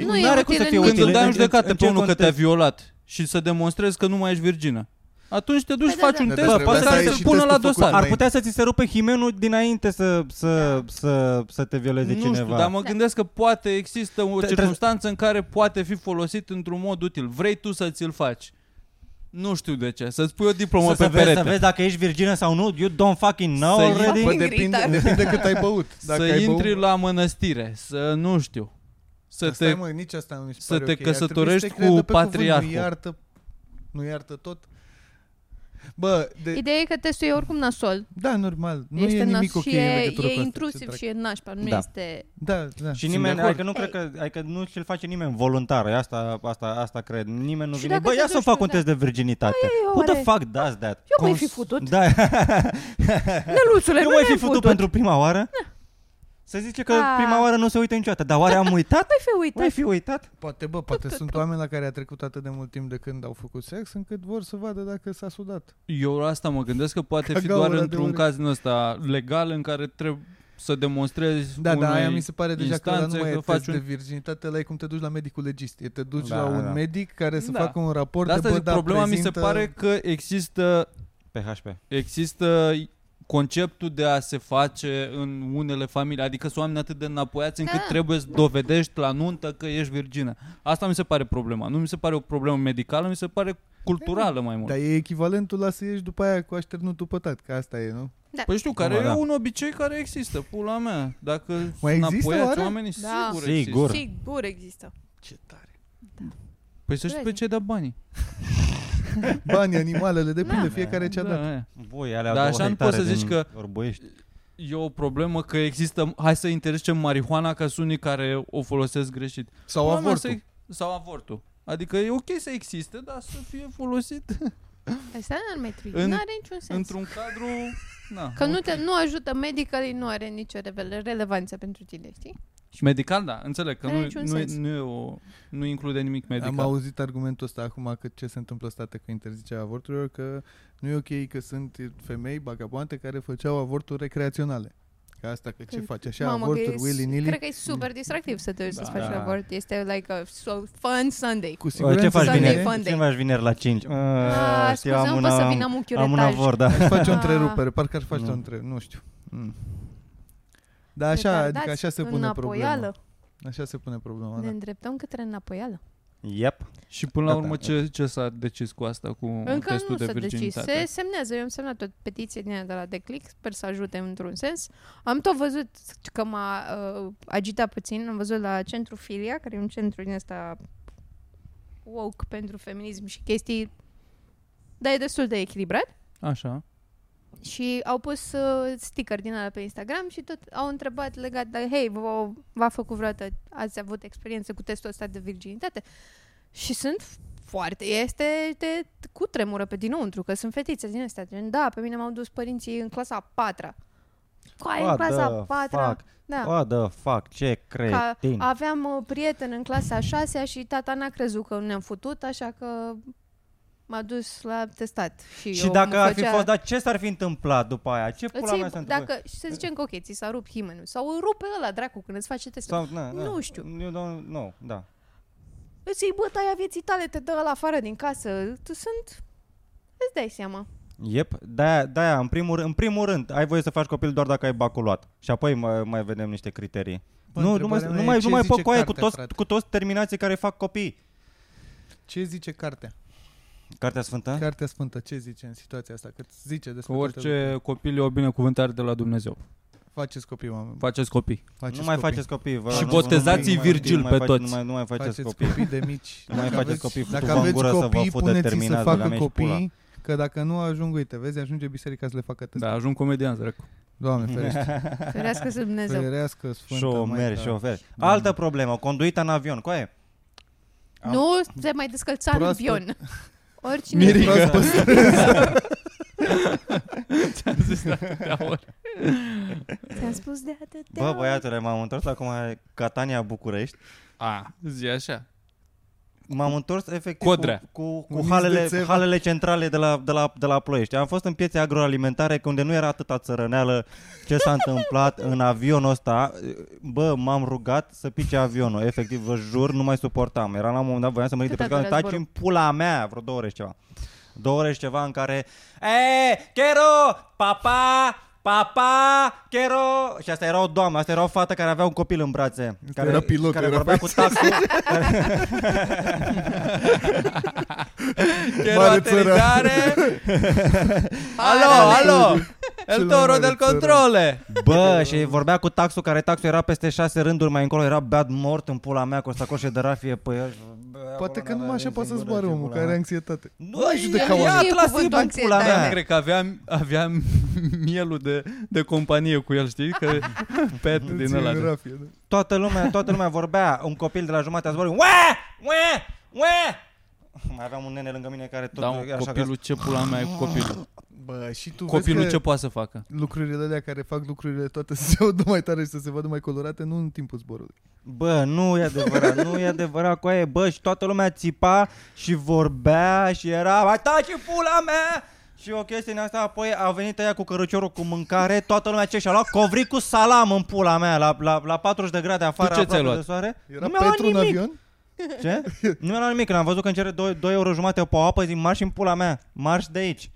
S2: Nu
S4: N-
S2: e
S4: n-are
S2: util în
S3: Când
S2: Util.
S3: îl dai în judecată
S4: în
S3: pe
S4: ce
S3: unul că te-a
S4: context?
S3: violat și să demonstrezi că nu mai ești virgină, atunci te duci,
S2: Păi da,
S3: faci
S2: da.
S3: un
S1: Da,
S3: test,
S1: da,
S3: pe
S1: da,
S3: ăsta
S1: da, e
S3: să-l
S1: și
S3: pună la
S1: testul făcut
S3: dosar.
S4: Ar
S1: Înainte.
S4: putea să ți se rupe himenul dinainte să, să, să, să te violeze
S3: Nu
S4: cineva.
S3: știu, dar mă
S2: Da.
S3: gândesc că poate există o
S4: Tre-
S3: circunstanță în care poate fi folosit într-un mod util. Vrei tu să ți-l faci. Nu știu de ce. Să-ți pui o diplomă
S4: să,
S3: pe
S4: să, vezi,
S3: perete.
S4: să vezi dacă ești virgină sau nu, you don't fucking know
S3: Să iei-
S4: already.
S1: Bă,
S2: Ingrid,
S1: depinde,
S2: ar-
S1: depinde cât ai băut. Dacă
S3: să
S1: ai
S3: intri
S1: băut...
S3: la mănăstire, să nu știu. Să
S1: Dar
S3: te...
S1: Stai, mă, nici asta nu mi se
S3: să
S1: pare
S3: te
S1: ok. Ar trebui să
S3: căsătorești
S1: te credă
S3: cu
S1: pe cuvânt,
S3: patriarhul.
S1: Nu iartă, nu iartă tot. Bă, de,
S2: Ideea e că testul e oricum nasol.
S1: da, normal. Nu
S2: este
S1: e nimic
S2: nasol
S1: ok
S2: și
S1: în
S2: e,
S1: legătură
S2: e
S1: cu asta, ce
S2: intrusiv
S1: dracu.
S2: și e nașpa. Nu
S4: Da.
S2: este...
S1: Da, da.
S4: Și
S1: sunt
S4: nimeni,
S1: de acord.
S4: adică nu cred că, adică nu și-l face nimeni voluntar, asta, asta, asta cred. Nimeni nu
S2: Și
S4: vine,
S2: dacă
S4: bă,
S2: te
S4: ia să
S2: duci
S4: fac
S2: tu,
S4: un
S2: da.
S4: test de virginitate.
S2: Ai,
S4: Who the
S2: oare?
S4: fuck does that?
S2: Eu mai fi futut.
S4: Da, <laughs>
S2: Năluțule,
S4: eu
S2: nu
S4: mai
S2: ai
S4: fi futut pentru prima oară?
S2: Da.
S4: Să zice că
S2: Ah.
S4: prima oară nu se uită niciodată, dar oare am uitat?
S2: Mai fi
S4: Mai
S2: uitat.
S4: fi uitat?
S1: Poate, bă, poate sunt oameni la care a trecut atât de mult timp de când au făcut sex încât vor să vadă dacă s-a sudat.
S3: Eu la asta mă gândesc că poate
S1: Ca
S3: fi
S1: gaură
S3: doar
S1: de
S3: într-un
S1: urechi.
S3: caz din ăsta legal în care trebuie să demonstrezi
S1: Da,
S3: unei
S1: da, aia mi se pare deja că ăla nu
S3: instanțe
S1: mai e
S3: că
S1: test
S3: faci
S1: de
S3: un...
S1: virginitate, la e cum te duci la medicul legist. E te duci
S4: Da,
S1: la un
S4: da.
S1: medic care să
S3: Da.
S1: facă un raport
S3: De asta
S1: de bă,
S3: zic,
S1: da,
S3: problema mi se
S1: prezintă-
S3: pare că există,
S4: PHP.
S3: există conceptul de a se face în unele familii, adică sunt oameni atât de înapoiați încât
S2: Da.
S3: trebuie să dovedești la nuntă că ești virgină. Asta mi se pare problema. Nu mi se pare o problemă medicală, mi se pare culturală mai mult.
S1: Dar e echivalentul la să ieși după aia cu așternutul pătat, că asta e, nu?
S3: Păi știu, care
S4: Bă,
S3: e
S4: da.
S3: un obicei care există, pula mea. Dacă
S1: Mai
S3: sunt
S1: există,
S3: apoiați
S1: oare?
S3: oamenii,
S2: Da.
S3: sigur,
S4: Sigur.
S3: există.
S2: Sigur există.
S1: Ce tare.
S3: Păi să știi pe
S2: Vezi.
S3: ce da banii.
S1: Banii, animalele, depinde
S2: Da.
S1: fiecare ce-a dat.
S3: aia.
S4: Voi,
S3: Dar
S4: alea două
S3: Da, așa nu poți
S4: hectare
S3: să zici
S4: din
S3: că-
S4: Orboiești.
S3: E o problemă că există, hai să interzicem marihuana ca sunt unii care o folosesc greșit.
S1: Sau
S3: Oamenii
S1: avortul.
S3: Să, sau avortul. Adică e ok să existe, dar să fie folosit
S2: Asta nu mai trebuie.
S3: În-
S2: Nu are niciun sens.
S3: într-un cadru... Na,
S2: Că nu,
S3: ok.
S2: te, nu ajută medicalii, nu are nicio rele- relevanță pentru tine, știi?
S3: Și medical, da, înțeleg că
S2: N-are
S3: nu,
S2: niciun
S3: nu, e-
S2: sens.
S3: nu, e o, nu include nimic medical.
S1: Am auzit argumentul ăsta acum că ce se întâmplă în state cu interzicerea avorturilor, că nu e ok că sunt femei bagaboante care făceau avorturi recreaționale. Că asta, că ce
S2: Când-
S1: faci așa,
S2: Mamă, că
S1: avorturi
S2: e-
S1: willy-nilly,
S2: Cred că e super distractiv să te uiți
S3: Da.
S2: să-ți faci
S4: Da.
S2: avort. Este like a so fun Sunday.
S1: cu
S4: Oare
S1: siguranță
S4: ce faci
S1: se
S2: Sunday
S1: vede.
S2: fun
S4: vineri? Ce faci vineri la Ă, 5?
S2: Ah, scuze, nu pot să vină muchiul
S4: am Uh, un
S2: retaj.
S4: avort, da.
S1: Aș face o
S2: Ah.
S1: întrerupere, parcă ar face
S4: Nu.
S1: o întrerupere, nu știu. Mm. Dar așa, adică așa se pune problema.
S2: Înapoială.
S1: Așa se pune problema,
S2: Ne
S1: da.
S2: îndreptăm către înapoială.
S4: Yep.
S3: Și până la
S4: Da, da,
S3: urmă,
S4: da.
S3: ce, ce s-a decis cu asta, cu
S2: Încă
S3: testul
S2: nu
S3: de
S2: s-a decis.
S3: virginitate?
S2: Se semnează. Eu am semnat o petiție din aia de la Declic. Sper să ajute într-un sens. Am tot văzut că m-a uh, agitat puțin. Am văzut la Centru Filia, care e un centru din ăsta woke pentru feminism și chestii dar e destul de echilibrat.
S3: Așa.
S2: Și au pus uh, sticker din ala pe Instagram și tot au întrebat legat de, hei, v- v-a făcut vreodată, ați avut experiență cu testul ăsta de virginitate? Și sunt foarte, este de cu tremură pe dinăuntru, că sunt fetițe din astea. Gen, da, pe mine m-au dus părinții în clasa a patra. Coai, în
S4: What
S2: clasa
S4: the
S2: a patra.
S4: fuck?
S2: Da.
S4: What the fuck, ce
S2: Ca
S4: cretin.
S2: aveam uh, prieten în clasa a șasea și tata n-a crezut că ne-am futut, așa că m-a dus la testat. Și,
S4: Și
S2: eu
S4: dacă
S2: mă
S4: ar fi
S2: făcea-
S4: fost, dar ce s-ar fi întâmplat după aia? Ce
S2: Îți
S4: pula
S2: iei-
S4: mea s-a întâmplat?
S2: dacă, și să zicem că ok, ți s-a rupt himenul sau îl rupe ăla dracu când îți face testul.
S4: Sau, na,
S2: Nu știu.
S4: Eu nu, nu, da.
S2: Îți iei bătaia vieții tale, te dă la afară din casă. Tu sunt... Îți dai seama.
S4: Yep, de-aia, de-aia în, primul, rând- în primul rând, ai voie să faci copil doar dacă ai baculuat. Și apoi mai, mai vedem niște criterii.
S1: Bă,
S4: nu, nu mai,
S1: întrebarea mea
S4: nu
S1: e
S4: mai,
S1: ce
S4: nu mai
S1: zice
S4: păcoaie cu
S1: cartea,
S4: toți,
S1: frate?
S4: cu toți terminații care fac copii.
S1: Ce zice cartea?
S4: Cartea Sfântă?
S1: Cartea Sfântă, ce zice în situația asta? Că zice
S3: Că
S1: despre toate
S3: orice copil e o binecuvântare de la Dumnezeu.
S1: Faceți copii, oameni.
S3: Faceți copii.
S1: Faceți
S4: nu mai
S1: copii.
S4: faceți copii. Vă,
S3: Și
S4: nu-
S3: botezați-i
S4: nu mai- nu mai-
S3: Virgil
S4: nu mai
S3: pe
S4: faci-
S3: toți.
S4: Nu mai, nu mai faceți,
S1: Faceți
S4: copii.
S1: copii. copii de mici.
S4: <laughs> Nu mai
S1: Dacă
S4: faceți
S1: aveți-
S4: copii,
S1: Dacă
S4: futu-vă în
S1: aveți
S4: gură să vă
S1: copii,
S4: fută
S1: puneți-i să
S4: terminați, băga
S1: facă
S4: mea și
S1: copii, că dacă nu ajung, uite, vezi, ajunge biserica să le facă test.
S3: Da, ajung comedian, zărăcu.
S1: Doamne, ferește.
S2: Ferească <laughs> să
S4: Păi,
S2: Dumnezeu.
S1: Ferească da. Sfântă
S4: Șomer,
S1: Maica.
S4: șofer. Altă problemă, conduita în avion. Coaie, Am-
S2: Nu se mai descălța în
S1: Proaspăt.
S4: <laughs>
S2: avion. Oricine...
S1: Mirica. Proaspăt.
S3: Ți-am zis de atâtea ori.
S2: Ți-am spus de atâtea
S4: Bă,
S2: ori.
S4: băiatule, m-am întors acum Catania București.
S3: A, zi așa.
S4: M-am întors efectiv
S3: Codrea.
S4: cu, cu,
S1: Un
S4: cu
S1: iz de
S4: halele,
S1: țevă.
S4: halele centrale de la, de, la, de la Ploiești. Am fost în piețe agroalimentare, că unde nu era atâta țărăneală ce s-a întâmplat în avionul ăsta. Bă, m-am rugat să pice avionul. Efectiv, vă jur, nu mai suportam. Era la un moment dat, voiam să mă ridic de
S2: Cât
S4: pe scaun.
S2: a durat
S4: Taci în
S2: zborul?
S4: pula mea, vreo două ore și ceva. Două ore și ceva în care E, chero, papa, papa, chero Și asta era o doamnă, asta era o fată care avea un copil în brațe care,
S1: era pilotul,
S4: care
S1: era
S4: vorbea cu taxul
S1: Chiar o Mare țără. <laughs> aterizare.
S3: alo, alo.
S1: El mai Toro mare del țără. controle.
S4: Bă, <laughs> și vorbea cu taxul, care taxul era peste șase rânduri mai încolo, era beat mort în pula mea cu o sacoșe de rafie pe el.
S1: Poate că numai așa poate să-ți bară omul care are anxietate.
S4: Nu,
S2: Băi,
S4: judeca
S2: ia- ia
S4: oamenii.
S2: cuvântul
S4: Lasă-i, bă,
S3: da.
S4: pula
S2: anxietate.
S4: mea.
S3: Cred că aveam, aveam <laughs> mielul de, de companie cu el, știi?
S4: <laughs>
S3: Că pet din
S1: Ți-e
S3: ăla.
S1: în
S3: de-
S1: rafie, da.
S4: Toată lumea, toată lumea vorbea, un copil de la jumătatea zborului, ue, ue, ue. Mai aveam un nene lângă mine care tot
S3: Da, mă,
S4: așa Ah.
S3: copilul ce pula mea e cu copilul.
S1: Bă, și tu
S3: Copilul
S1: vezi
S3: ce
S1: că
S3: poate să facă?
S1: lucrurile alea care fac lucrurile toate <laughs> să se audă mai tare și să se vadă mai colorate, nu în timpul zborului.
S4: Bă, nu e adevărat, nu e adevărat cu aia, bă, și toată lumea țipa și vorbea și era, mai taci și pula mea! Și o chestie din asta, apoi a venit aia cu căruciorul cu mâncare, toată lumea ce și-a luat covric cu salam în pula mea, la, la, la 40 de grade afară,
S3: ce ți-ai
S4: aproape
S3: luat?
S4: de soare.
S1: Era
S4: nu mi-a luat
S1: Petru în
S4: nimic.
S1: avion?
S4: Ce? Nu mi-a luat nimic, când am văzut că îmi cere 2, 2 euro jumate pe o apă, zic, marș în pula mea, marș de aici.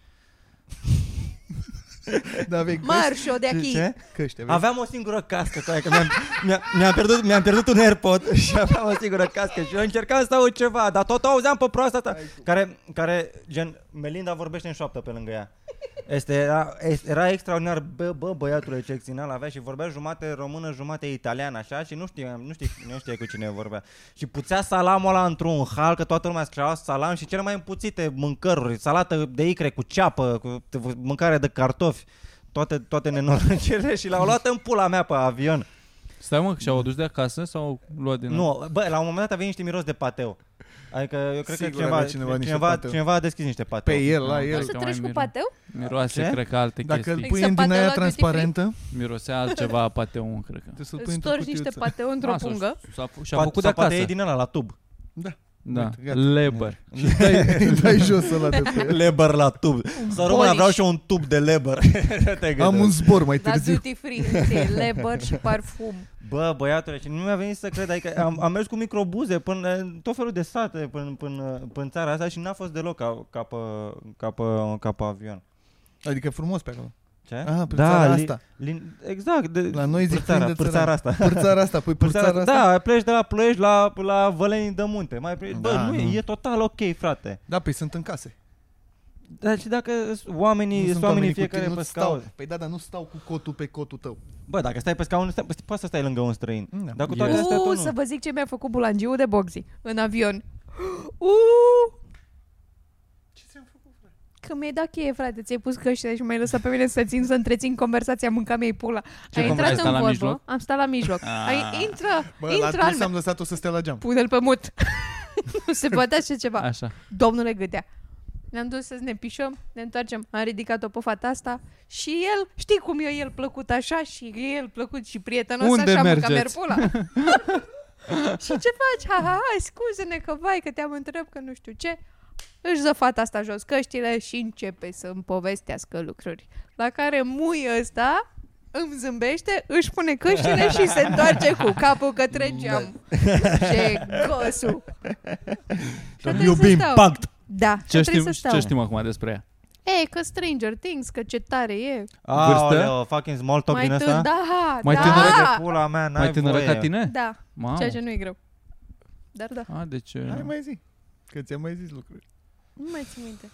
S1: Da, aveai căști?
S2: Marșo de aici.
S4: Ce?
S1: Căști, aveai.
S4: Aveam o singură cască, toaie, că mi-am, mi-am, mi-am, pierdut, mi-am pierdut un AirPod <laughs> și aveam o singură cască și eu încercam să aud ceva, dar tot auzeam pe proasta asta, care, care, gen, Melinda vorbește în șoaptă pe lângă ea. Este, era, este, era extraordinar, bă, bă, băiatul excepțional avea și vorbea jumate română, jumate italiană, așa, și nu știam, nu știi, nu știai cu cine vorbea. Și puțea salamul ăla într-un hal, că toată lumea scria salam și cele mai împuțite mâncăruri, salată de icre cu ceapă, cu mâncare de cartofi, toate, toate nenorocele și l-au luat în pula mea pe avion.
S3: Stai mă, că și-au adus de acasă sau au luat din...
S4: Nu, bă, la un moment dat avea niște miros de pateu. Adică eu cred
S1: Sigur
S4: că cineva,
S1: avea cineva
S4: cineva,
S1: niște
S4: cineva,
S1: pateu. Păi
S4: cineva a deschis niște pateu.
S1: Pe el,
S4: Da,
S1: la
S2: Poți
S3: Nu,
S1: el.
S2: să
S3: Uite, mai
S2: treci cu
S3: mirim.
S2: pateu?
S3: Miroase,
S4: Ce?
S3: cred că alte
S1: Dacă îl
S3: chestii.
S1: pui
S2: Exact,
S1: în din
S2: pateu
S1: aia
S2: la duty
S1: transparentă,
S3: Mirosea altceva
S4: <laughs>
S3: a pateu, cred că.
S1: trebuie să-l pui
S2: Îți
S1: într-o
S2: torci
S1: <laughs>
S2: niște
S1: cutiuță.
S2: pateu într-o
S3: Ah, s-a-
S2: pungă.
S3: S-a, fu- și-a făcut de
S4: poate
S3: acasă.
S4: e din ăla la tub.
S3: Da,
S1: Uite, gata.
S3: leber.
S1: Dai,
S2: <laughs>
S1: dai jos ăla de pe
S4: Leber la tub. Să rămână,
S2: boliș.
S4: vreau și eu un tub de leber. <laughs> Te gândești.
S1: Am un zbor mai
S2: La
S1: târziu.
S2: duty free, între leber și parfum.
S4: Bă, băiatule, și nu mi-a venit să cred, adică am, am mers cu microbuze până în tot felul de sate până, până, până în țara asta și n-a fost deloc ca, ca, pe, ca, pe, ca pe avion.
S1: Adică frumos pe acolo.
S4: Ce? Da,
S1: Ah, pe țara asta.
S4: Lin, exact. De,
S1: La noi zic
S4: pârțara,
S1: plin de
S4: pârțara
S1: țăran.
S4: asta.
S1: Pârțara asta, pui pârțara asta.
S4: Da, pleci de la Ploiești la, la Vălenii de Munte. Mai pleci, bă,
S1: Da,
S4: nu,
S1: nu.
S4: e, e total ok, frate.
S1: Da, păi sunt în case.
S4: Dar și dacă sunt oamenii,
S1: Da, Nu
S4: sunt
S1: sunt oamenii
S4: oamenii
S1: cu
S4: fiecare
S1: tine,
S4: pe
S1: nu stau.
S4: scaun.
S1: Păi da, dar nu stau cu cotul pe cotul tău.
S4: Bă, dacă stai pe scaun, stai, păi, poți să stai lângă un străin.
S1: Da.
S4: Dar cu
S3: E-
S4: toate astea
S2: Uuu,
S4: tot
S2: să
S4: nu.
S2: vă zic ce mi-a făcut bulangiu de boxi în avion. <gasps> Uuu!
S1: Ce ți-am făcut?
S2: Că mi-ai dat cheie, frate, ți-ai pus căștile și m-ai lăsat pe mine să țin, să întrețin conversația, mâncam ei pula.
S3: Ce
S2: ai
S3: conver-
S2: intrat
S3: ai stat
S2: în
S3: la
S2: vorbă,
S3: mijloc?
S2: am stat la mijloc.
S3: Ah.
S2: Ai, intră,
S1: Bă, la
S2: intră al
S1: dus
S2: meu.
S1: am lăsat-o să stea la geam.
S2: Pune-l pe mut. <laughs> nu se poate așa ceva.
S3: Așa.
S2: Domnule Gâdea, ne-am dus să ne pișăm, ne întoarcem, am ridicat-o pe fata asta și el, știi cum e el plăcut așa și e el plăcut și prietenos
S3: Unde
S2: așa, mă, că
S3: mergeți?
S2: merg
S3: <laughs>
S2: pula. <laughs> și ce faci? Ha, ha, ha, scuze-ne că vai, că te-am întrebat că nu știu ce. Își dă fata asta jos căștile și începe să îmi povestească lucruri. La care mui ăsta îmi zâmbește, își pune căștile și se întoarce cu capul
S1: Da.
S2: către geam. Ce gosu! Și atunci
S4: Iubim,
S2: Păi stau.
S4: pact!
S2: Da,
S3: Ce
S2: ce trebuie
S3: știm,
S2: să stau.
S3: ce știm acum despre ea?
S2: Ei, că Stranger Things, că ce tare e.
S3: Vârstă?
S4: Aoleo, fucking small talk
S2: mai
S4: din
S2: tânără,
S4: ăsta.
S2: da,
S3: Mai
S2: da,
S3: tânără Ah.
S4: De
S2: da,
S4: pula mea, n-ai
S3: Mai tânără
S4: voie.
S3: ca tine?
S2: da,
S3: Mamă.
S2: ceea ce nu e greu. Dar da,
S3: A, deci... e-
S1: Hai mai zi. Că ți-am mai zis lucruri.
S2: nu mai țin minte.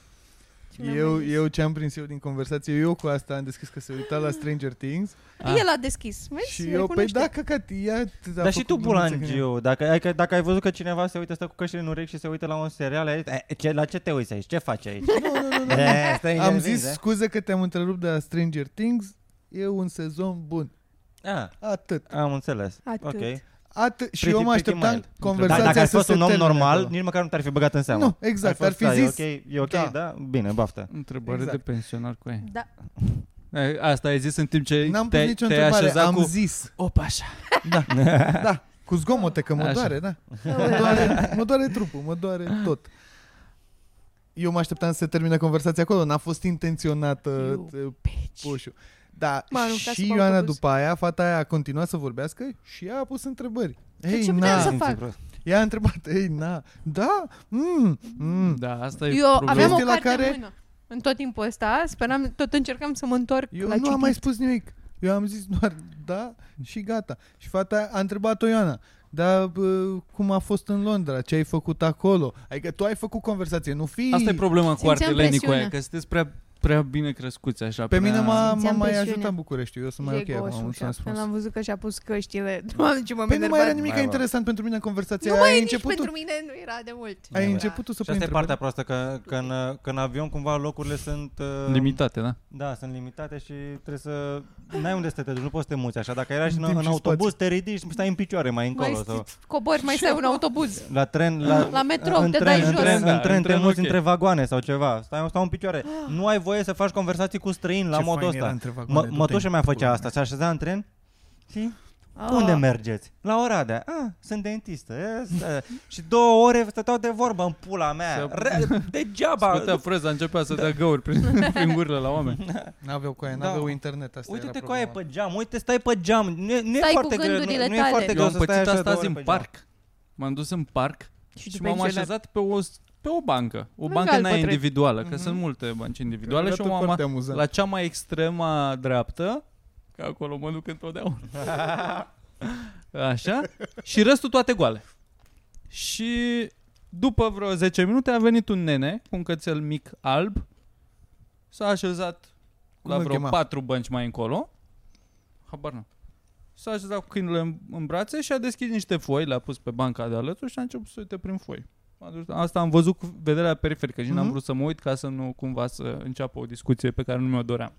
S2: Ce mi-am
S1: Eu,
S2: mai zis?
S1: eu ce am prins eu din conversație, eu cu asta am deschis că se uita la Stranger Things
S3: Ah.
S2: El a deschis, vezi?
S1: și
S2: ne
S1: eu, păi
S2: cunoaște.
S1: da, căcat, ea
S4: Dar și tu, Bulangiu, dacă, adică, dacă ai văzut că cineva se uită, stă cu căștile în urechi și se uită la un serial, ai zis, "E, ce, la ce te uiți aici? Ce faci aici? <laughs>
S1: Nu, nu, nu, nu.
S4: E, stai eh?
S1: Am
S4: în
S1: zis,
S4: genezi,
S1: scuze că te-am întrerupt de la Stranger Things, e un sezon bun.
S4: e? Ah,
S1: Atât.
S4: am înțeles.
S2: Atât.
S4: Ok.
S1: Atât. Și
S4: Pretty-
S1: eu mă
S4: pretty
S1: așteptam
S4: mild. Dar
S1: conversația
S4: dacă ai
S1: să
S4: fost
S1: se
S4: un om
S1: termine
S4: normal,
S1: acolo.
S4: nici măcar nu te-ar fi băgat în seamă.
S1: Nu, exact,
S4: Ai
S1: ar
S4: fost,
S1: fi
S4: da,
S1: zis.
S4: E ok, e ok, da.
S1: Da.
S4: Bine, baftă.
S3: Întrebare
S1: Exact.
S3: de pensionar cu ea.
S2: Da,
S3: E, Asta ai zis în timp ce
S1: N-am pus
S3: te,
S1: nicio
S3: te-ai
S1: întrebare,
S3: așezat
S1: am
S3: cu...
S1: zis.
S3: Opa, așa.
S4: <laughs>
S1: Da, da. Cu zgomote, că mă
S3: Așa.
S1: doare, da. Mă doare, mă doare trupul, mă doare tot. Eu mă așteptam să se termine conversația acolo, n-a fost intenționată
S2: You
S1: t-
S2: bitch.
S1: pușul. Da,
S2: M-a aruncat
S1: și
S2: sub
S1: Ioana
S2: autobuz.
S1: după aia, fata aia a continuat să vorbească și ea a pus întrebări. Ei,
S2: ce
S1: na,
S2: puteam să fac?
S1: ea a întrebat, ei, na, da, mm, mm.
S3: Da, asta e
S2: Eu aveam
S1: Vezi
S2: o
S1: de la
S2: carte
S1: care-
S2: în mână. În tot timpul ăsta, speram, tot încercam să mă întorc
S1: Eu
S2: la
S1: nu am
S2: citit.
S1: mai spus nimic. Eu am zis doar da și gata. Și fata aia a întrebat-o Ioana, dar bă, cum a fost în Londra? Ce ai făcut acolo? Adică tu ai făcut conversație, nu fi...
S3: Asta e problema cu
S2: Simțeam
S3: artele,
S2: presiune.
S3: Nicoe, că sunteți prea prea bine crescuți așa.
S1: Pe
S3: prea...
S1: mine m-a, m-a
S2: Simțeam
S1: mai
S2: presiune.
S1: ajutat Bucureștiul, eu sunt mai ok
S2: Jegoșul
S1: acum,
S2: și-a-
S1: mulțumesc
S2: Când
S1: frumos.
S2: am văzut că și-a pus căștile, <laughs> doamne, ce mă
S1: Păi nu mai era
S2: enervat.
S1: nimic
S4: Mai, mă.
S1: interesant pentru mine în conversația
S2: Nu
S1: aia.
S2: mai
S1: Ai
S2: e nici
S1: început,
S2: pentru mine, nu era de mult.
S1: ai
S4: Da.
S1: început tu să
S4: Și
S1: pui
S4: asta e partea
S1: întrebări.
S4: proastă, că, că, în, uh, că în avion cumva locurile sunt... uh,
S3: Limitate, da?
S4: Da, sunt limitate și trebuie să... N-ai unde să te duci, nu poți să te muți așa. Dacă era și în,
S1: Timp
S4: în
S1: și
S4: autobuz, te ridici și stai în picioare mai încolo.
S2: Mai
S4: sau...
S3: da.
S2: st- cobori, mai stai un autobuz.
S4: La tren, la,
S2: La metrou,
S4: în
S2: te
S4: tren,
S2: dai
S4: în
S2: jos.
S4: Tren,
S3: Da,
S4: în tren,
S3: în
S4: te
S3: tren,
S4: muți
S3: ok.
S4: între vagoane sau ceva. Stai, stau în
S2: Ah.
S4: picioare. Nu ai voie să faci conversații cu străini la
S1: Ce
S4: modul
S1: fain era
S4: ăsta.
S1: între
S4: Mă,
S1: vagoane, du-te-i
S4: mătușa mea
S1: în
S4: făcea
S1: pula
S4: asta, se așeza în tren și
S2: Ah.
S4: unde mergeți? La Oradea. Ah, sunt dentistă. E, stă- și două ore stăteau de vorbă în pula mea.
S3: Să-
S4: Re, degeaba.
S3: Scutea freza începea să dea găuri
S2: <laughs>
S3: prin, prin gurile la oameni.
S1: N-aveau coaie,
S4: Da.
S1: n-aveau internet, asta
S4: Uite-te
S1: era
S4: cu aia
S1: problema.
S4: pe geam, uite, stai pe geam. Nu, e- nu e
S2: Stai cu
S4: foarte greu, nu,
S2: gândurile
S4: nu e
S2: tale.
S4: foarte
S3: Eu
S4: greu
S3: am
S4: să stai
S3: pățit
S4: așa
S3: asta
S4: două
S3: azi
S4: ore
S3: în
S4: pe geam.
S3: parc. M-am dus în parc
S2: Și
S3: și
S2: după
S3: m-am
S2: aici era-
S3: așezat pe o, pe o bancă. O
S2: În
S3: bancă n-aia
S2: galbătrân.
S3: individuală, că
S1: Mhm.
S3: sunt multe bănci
S4: păi,
S3: individuale
S1: Că
S3: și
S1: arată
S3: o am
S1: foarte amuzant.
S3: la cea mai extremă dreaptă, că acolo mă duc întotdeauna. Așa? Și restul toate goale. Și după vreo 10 minute a venit un nene cu un cățel mic alb, s-a așezat
S1: Cum
S3: la
S1: îl
S3: vreo
S1: chema?
S3: patru bănci mai încolo. Habar nu. S-a așezat cu câinele în, în brațe și a deschis niște foi, le-a pus pe banca de alături și a început să uite prin foi. M-a dus- Asta am văzut cu vederea periferică și n-am
S1: Mhm.
S3: vrut să mă uit ca să nu cumva să înceapă o discuție pe care nu mi-o doream.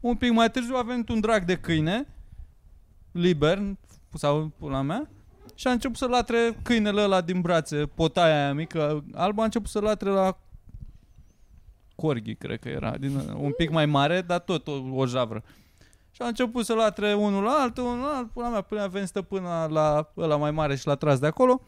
S3: Un pic mai târziu a venit un drag de câine, liber, sau pula mea, și a început să latre câinele ăla din brațe, potaia aia mică, alba a început să latre la corgi, cred că era, din, un pic mai mare, dar tot o, o javră. Și a început să latre unul la altul, unul la altul, pula mea, până a venit stăpâna la ăla mai mare și l-a tras de acolo.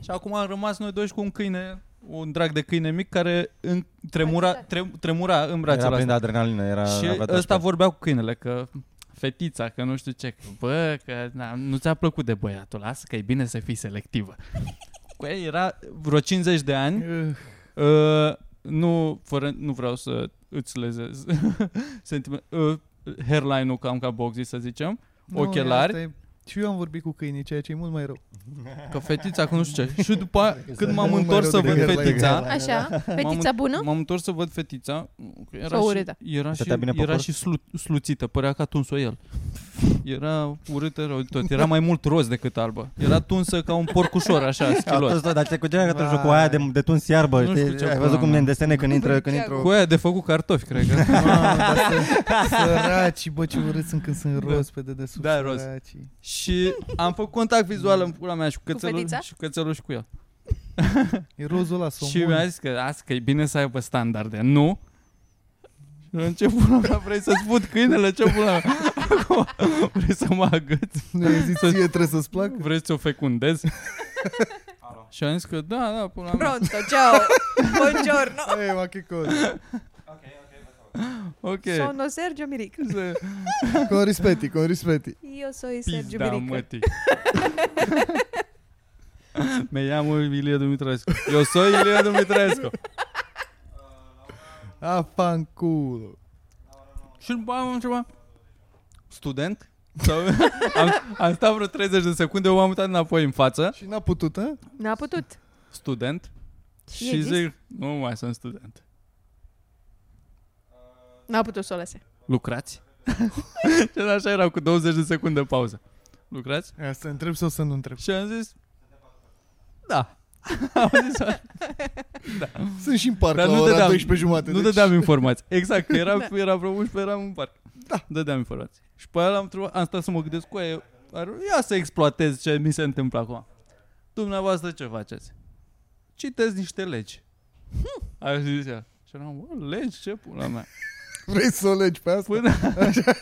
S3: Și acum am rămas noi doi și cu un câine, un drag de câine mic care în, tremura, tre, tremura în brațele astea.
S4: Era plin de adrenalină, era...
S3: Și
S4: avea
S3: ăsta
S4: transport.
S3: vorbea cu câinele că fetița, că nu știu ce, că, bă, că na, nu ți-a plăcut de băiatul, lasă că e bine să fii selectivă. <laughs> Cu el era vreo 50 de ani,
S1: Eh,
S3: uh, nu, fără, nu vreau să îți lezez <laughs> sentiment, uh, hairline-ul cam ca boxy să zicem,
S1: nu,
S3: Ochelari.
S1: asta e- Și eu am vorbit cu câinii, ceea ce e mult mai
S4: <laughs>
S1: rău.
S3: că fetița cu nu știu ce. Și după aia, când
S1: Mult
S3: m-am
S1: mai
S3: întors să
S1: rău
S3: văd
S1: decât hairline-ul.
S3: fetița, <laughs>
S2: Așa, fetița bună?
S3: m-am întors să văd fetița, că era
S2: Sau
S3: și,
S2: urâtă?
S3: era și,
S4: Stătea bine pe
S3: era
S4: curs?
S3: și slu, sluțită, părea ca tuns-o el. Era urâtă rău de tot, era mai mult roz decât albă. Era tunsă ca un porcușor,
S4: <laughs>
S3: așa, schilot.
S4: Atât, da, dar ce cu genera că
S1: Vai.
S4: joc cu aia de, de tuns iarbă,
S3: Nu
S4: știi?
S3: știu ce
S4: Ai văzut
S3: pula
S4: cum e
S3: mea.
S4: în desene când intră, când
S2: Ce
S4: intră...
S3: Cu aia de făcut cartofi, cred că. <laughs>
S1: Mamă, dar să- Săraci, bă, ce urât sunt când sunt roz pe dedesubt.
S3: Da, roz.
S1: săracii.
S3: și am făcut contact vizual în pula mea și cu cățelul,
S2: fetița?
S3: și cu cățelul și cu el.
S1: E rozul ăla,
S3: Și mi-a
S1: somon.
S3: zis că, "Las că e bine să aibă standarde. Nu. Și la început la mea, vrei să-ți fut câinele, ce pula mea? <laughs> Acum, vrei să mă agăți?
S1: Nu e zis, ție trebuie să-ți
S4: <laughs>
S1: placă?
S3: Vrei să o fecundezi? și am zis că da, da, pula mea.
S2: Pronto,
S3: <laughs>
S2: ciao, buongiorno.
S1: Ei, mă, che cosa?
S3: Ok.
S2: Sono Sergio Miric.
S3: Să-
S1: Con rispetti, con rispetti.
S2: Eu soy Sergio
S3: Pizda,
S2: Miric.
S3: măti. Me cheamă Ilie Dumitrescu. Eu sunt Ilie Dumitrescu.
S1: Affanculo.
S3: și după aia am întrebat, student? Sau, am, am stat vreo 30 de secunde, m-am mutat înapoi în față.
S1: Și n-a putut, a?
S2: N-a putut.
S3: Student.
S2: Și
S3: Și
S2: e zis?
S3: zic, nu mai sunt student.
S2: N-a putut să o lase.
S3: Lucrați? <laughs> și așa erau cu 20 de secunde pauză. Lucrați?
S1: Ia, Să întreb sau să nu întreb?
S3: Și am zis Da Am zis,
S1: Sunt și în parc
S3: Dar
S1: la
S3: nu
S1: ora
S3: dădeam-
S1: 12 jumate.
S3: Nu
S1: deci-
S3: dădeam informații Exact, că era, era vreo 11, eram în parc Da Dădeam informații Și pe aia l-am întrebat Am stat să mă gândesc cu aia ar- Ia să exploatez ce mi se întâmplă acum Dumneavoastră ce faceți? Citesc niște legi Am zis ea Și eram, "Bă, legi, ce pula mea
S1: Vrei să o legi pe asta?
S3: Până,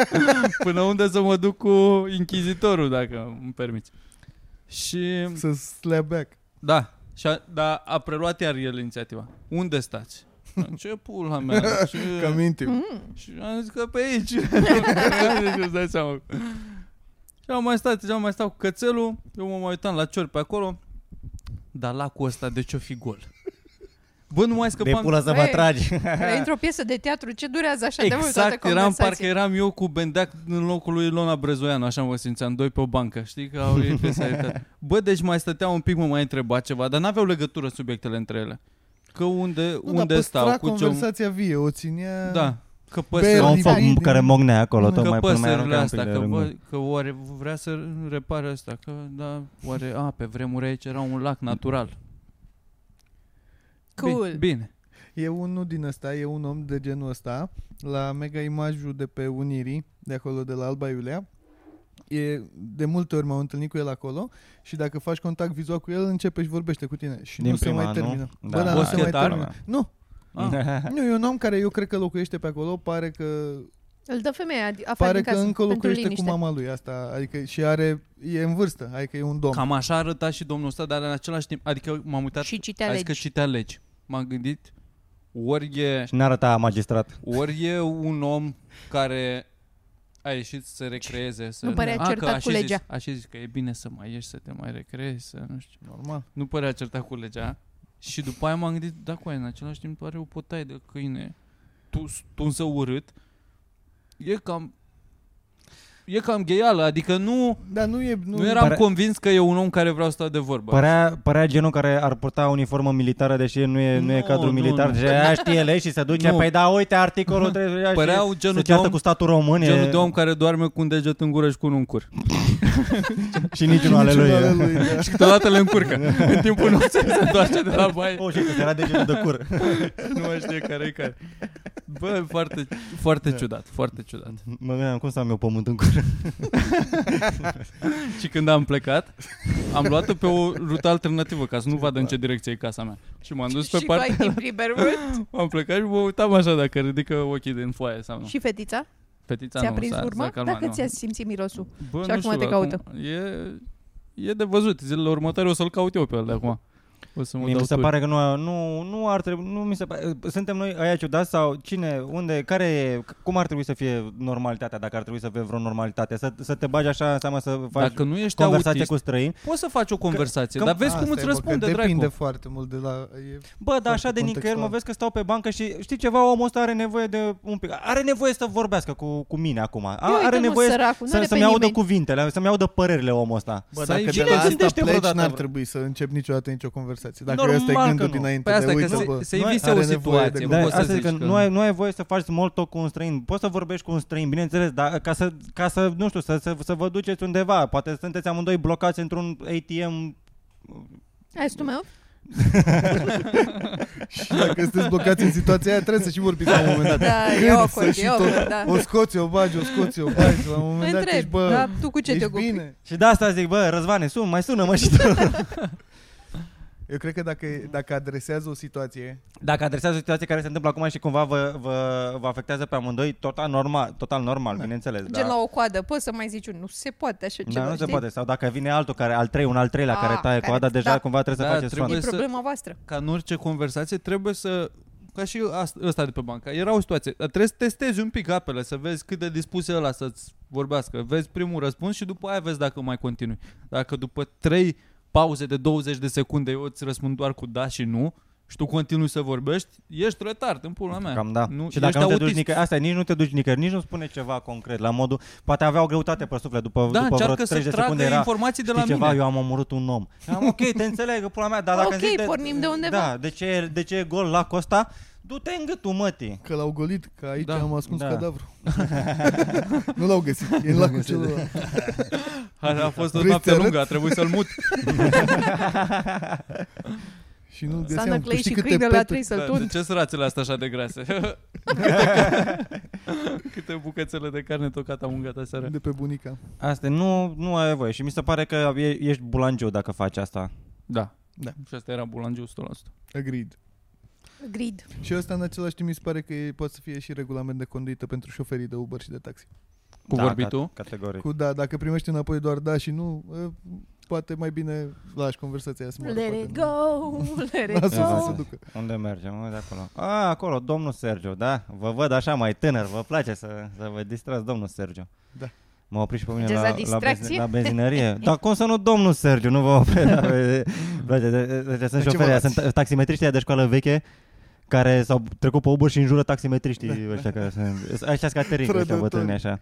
S3: <laughs> până unde să mă duc cu inchizitorul, dacă îmi permiți Și
S1: Să slap back.
S3: Da, și a, dar a preluat iar el inițiativa. Unde stați? Ce pula
S4: <laughs>
S3: mea? Ce...
S1: Că mintim.
S3: Mm. Și am zis că pe aici. <laughs> Îți dai seama. Și am mai stat, și am mai stat cu cățelul, eu mă mai uitam la cior pe acolo, dar lacul ăsta de ce-o fi gol? Bă, nu mai
S4: De
S3: scăpam.
S4: pula să
S2: Băi,
S4: vă tragi.
S2: Era într-o piesă de teatru, ce durează așa de mult toate
S3: Exact, eram, parcă
S2: conversații?
S3: eram eu cu Bendeac în locul lui Ilona Brezoianu, așa mă simțeam, doi pe o bancă, știi că au ei pe Bă, deci mai stăteau un pic, mă mai întreba ceva, dar n-aveau legătură subiectele între ele. Că că unde,
S1: Nu,
S3: unde
S1: dar
S3: stau,
S1: păstra
S3: cu ce...
S1: conversația vie, o ținea...
S3: Da, că
S1: Bel-
S3: păsările,
S4: Ca un foc
S1: Berlin.
S4: care mocnea acolo,
S1: Că
S3: că
S4: tocmai până mai
S3: păsările
S4: arunca un pic
S3: astea,
S4: de
S3: că,
S4: rângul.
S3: bă, că oare vrea să repare asta, că da, oare, a, pe vremuri aici era un lac natural.
S2: Cool.
S3: Bine, bine.
S1: E unul din ăsta, e un om de genul ăsta, la mega imajul de pe Unirii, de acolo, de la Alba Iulia. E, de multe ori m-am întâlnit cu el acolo și dacă faci contact vizual cu el, începe și vorbește cu tine și
S4: Din
S1: nu se
S4: prima,
S1: mai
S4: nu?
S1: termină.
S4: Da.
S1: Bă, da, nu se mai
S3: Boschetar?
S1: termină. Nu,
S3: A,
S1: nu, e un om care eu cred că locuiește pe acolo, pare că
S2: Îl dă femeia adi- afară
S1: pare
S2: din
S1: că
S2: casă,
S1: încă
S2: pentru
S1: locuiește cu
S2: liniște.
S1: mama lui asta, adică și are e în vârstă, adică e un domn.
S3: cam așa arăta și domnul ăsta, dar în același timp, adică m-am uitat,
S2: Și citea
S3: ai zis că
S2: legi.
S3: citea legi. M-am gândit, ori e,
S4: Și n-arăta magistrat.
S3: ori e un om care a ieșit să se recreeze. Să...
S2: Nu părea
S3: A, că
S2: certat
S3: a și
S2: cu legea.
S3: Zis, a și zis că e bine să mai ieși, să te mai recreezi, să nu știu.
S1: Normal.
S3: Nu părea certat cu legea. Și după aia m-am gândit, da, cu aia, în același timp are o potaie de câine tus- tunsă urât. E cam... E cam gheală, adică nu,
S1: Dar nu e nu,
S3: nu, nu eram
S4: pare-
S3: pare... convins că e un om care vreau să stau de vorbă.
S4: Părea, părea genul care ar purta uniformă militară, deși nu e, nu, nu e
S3: Nu,
S4: cadru
S3: nu,
S4: militar.
S3: nu.
S4: Și aia știe lei și se duce.
S3: Nu.
S4: Păi da, uite,
S3: <laughs>
S4: articolul 30 și
S3: Păreau genul
S4: se
S3: de,
S4: ceartă
S3: om,
S4: cu statul român
S3: genul
S4: e,
S3: de om care doarme cu un deget în gură și cu unul în cur.
S4: și
S3: <laughs>
S4: niciunul ale lui.
S1: niciunul
S4: e.
S1: ale lui, da.
S3: Și câteodată le încurcă. în
S2: <laughs>
S3: timpul nopții se întoarce de la baie.
S4: Oh, și era degetul de
S3: <laughs>
S4: cur.
S3: Nu mai știe care e care. Bă, foarte,
S2: Da.
S3: foarte ciudat, foarte ciudat.
S4: Mă gândeam, cum să am eu pământ în cur?
S3: Și când am plecat, am luat-o pe o rută alternativă, ca să nu vadă în ce direcție e casa mea. Și m-am dus pe
S2: și
S3: partea...
S2: cu ai timp liber mult.
S3: Am plecat și mă uitam așa dacă ridică ochii din foaie sau nu.
S2: Și fetița?
S3: Fetița
S2: Ți-a
S3: nu,
S2: prins
S3: s-a,
S2: urma?
S3: s-a calmat,
S2: Dacă
S3: nu.
S2: ți-a simțit mirosul.
S3: Bă,
S2: și
S3: nu
S2: acum
S3: știu,
S2: te caută.
S3: E, e de văzut. Zilele următoare o să-l caut eu pe el de acum. O să mă
S4: Mie
S3: dau
S4: mi se
S3: turi.
S4: pare că nu, nu, nu ar trebui, nu mi se pare, suntem noi aia ciudați sau cine, unde, care e, cum ar trebui să fie normalitatea, dacă ar trebui să fie vreo normalitate, să, să te bagi așa în seama să faci
S3: Dacă nu ești
S4: conversație
S3: autist,
S4: cu străini.
S3: poți să faci o conversație,
S4: că-
S3: dar <laughs> vezi
S1: Asta
S3: cum
S1: e,
S3: îți
S1: bă, că
S3: răspunde,
S1: Depinde
S3: dracu.
S1: foarte mult de la... E,
S4: Bă, dar așa
S1: Foarte
S4: de nicăieri mă
S1: contextual.
S4: vezi că stau pe bancă și știi ceva, omul ăsta are nevoie de un pic, are nevoie să vorbească cu, cu mine acum, A,
S2: Ia uite,
S4: are
S2: mă,
S4: nevoie să,
S2: săracul, nu
S4: să,
S2: are
S4: să-mi
S2: pe
S4: audă
S2: nimeni.
S4: cuvintele, să-mi audă părerile omul ăsta.
S1: Bă,
S3: Să ai-
S1: dacă de
S3: Cine
S1: la asta
S4: gândește
S1: pleci,
S4: vreodată,
S1: n-ar
S4: bro?
S1: trebui să încep niciodată nicio conversație. Dacă
S4: Normal
S1: ăsta e
S4: că
S1: gândul
S4: nu.
S1: dinainte
S3: Păi asta
S1: de,
S3: e
S1: uite,
S3: că se,
S1: bă,
S3: se
S4: nu ai-
S3: evise
S1: are
S3: o
S1: nevoie de Da,
S3: situație. nu
S4: Da,
S3: poți să
S4: asta
S3: zici
S4: zic că,
S3: că
S4: nu, ai, nu ai voie să faci small talk cu un străin. Poți să vorbești cu un străin, bineînțeles, dar ca să, ca să nu știu, să, să, să vă duceți undeva. Poate sunteți amândoi blocați într-un ATM.
S2: Ai zis tu meu?
S1: și dacă sunteți blocați în situația aia, trebuie să și vorbiți la un moment dat.
S2: Da,
S1: Când
S2: e
S1: să
S2: awkward,
S1: și
S2: e awkward, da.
S1: O scoți, o bagi, o scoți, o bagi, la un moment dat ești,
S2: Întreb,
S1: bă,
S2: da, tu cu ce te
S1: ești
S2: ocupi?
S1: bine.
S4: Și de asta zic, bă, Răzvane, sun, mai sună, mă, și
S3: <laughs>
S4: tu.
S1: Eu cred că dacă, dacă adresează o situație,
S4: Dacă adresează o situație care se întâmplă acum și cumva vă, vă, vă afectează pe amândoi, total normal, total normal, da. bineînțeles.
S2: Gen
S4: da.
S2: la o coadă, poți să mai zici un, nu se poate așa ceva,
S4: Da, nu se
S2: știi?
S4: poate. Sau dacă vine altul care, al trei, un al treilea
S2: A,
S4: care taie
S2: care-
S4: coada, deja
S2: da.
S4: cumva trebuie să
S3: Da,
S4: faceți front.
S3: trebuie
S2: E
S3: să-
S2: problema voastră.
S3: ca în orice conversație, trebuie să ca și ast- ăsta de pe banca. Era o situație. Dar trebuie să testezi un pic apele, să vezi cât de dispus e ăla să-ți vorbească. Vezi primul răspuns și după aia vezi dacă mai continui. Dacă după 3 pauze de 20 de secunde eu îți răspund doar cu da și nu și tu continui să vorbești, ești retard în pula mea.
S4: Cam da.
S3: Nu,
S4: și
S3: ești
S4: dacă nu te duci
S3: autist.
S4: nicăieri, asta e, nici nu te duci nicăieri, nici nu spune ceva concret, la modul, poate avea o greutate pe suflet după,
S3: da,
S4: după vreo
S3: încearcă
S4: 30
S3: să
S4: de
S3: tragă
S4: secunde era,
S3: informații de la
S4: Știi ceva,
S3: mine.
S4: eu am omorât un om. Și Am,
S3: <laughs>
S4: ok, te înțeleg, pula mea, dar dacă
S2: Ok,
S4: zici de,
S2: pornim de undeva.
S4: Da, de ce, e- de ce e gol la Costa? Du-te în gâtul mătii.
S1: că l-au golit, că aici
S3: Da,
S1: am ascuns
S4: da.
S2: <laughs>
S1: cadavru. nu l-au găsit, e în lacul celălalt.
S3: A, a
S4: da.
S3: fost o
S1: Vrei să
S3: noapte
S1: arăt?
S3: lungă, a trebuit să-l mut.
S1: Și nu
S2: S-a
S1: găseam, Păi
S2: năclăit
S1: știi
S2: și
S1: câte
S2: câine la
S1: peturi.
S2: trei să-l
S3: Da, de
S2: tund.
S3: ce sărațele astea așa de grase? Câte bucățele de carne tocată am ungat aseară.
S1: De pe bunica.
S4: Asta nu, nu ai voie și mi se pare că e, ești bulangiu dacă faci asta.
S3: Da.
S1: Da.
S3: Și asta era bulangiu 100%.
S1: Agreed.
S2: Grid.
S1: Și ăsta în același timp mi se pare că e- poate să fie și regulament de conduită pentru șoferii de Uber și de taxi.
S3: Cu
S4: da,
S3: vorbitul?
S4: Ca, categoric.
S1: Cu da, dacă primești înapoi doar da și nu, eh, poate mai bine lași conversația aia să moară,
S2: Let
S1: poate
S2: it
S1: nu.
S2: go, let it
S1: Lasă-o să se
S2: go.
S1: ducă.
S4: Unde mergem? Mă, de acolo. A, acolo, domnul Sergio, da? Vă văd așa mai tânăr, vă place să, să vă distrați, domnul Sergio.
S1: Da.
S4: Mă opri și pe mine
S2: Mergeți la
S4: la, la, benzi-
S2: distracție?
S4: la benzinărie. Dar cum să nu, domnul Sergio, nu vă
S1: <laughs>
S4: opri la benzi- Place, de- de- de- Sunt
S1: ce vă
S4: șoferii, aia,
S1: Deci, dați?
S4: sunt taximetriștii aia de școală veche care s-au trecut pe Uber și înjură taximetriștii ăștia care sunt,
S1: <laughs>
S4: ăștia scaterici,
S1: Da.
S4: ăștia
S1: Trădători.
S4: bătrâni așa.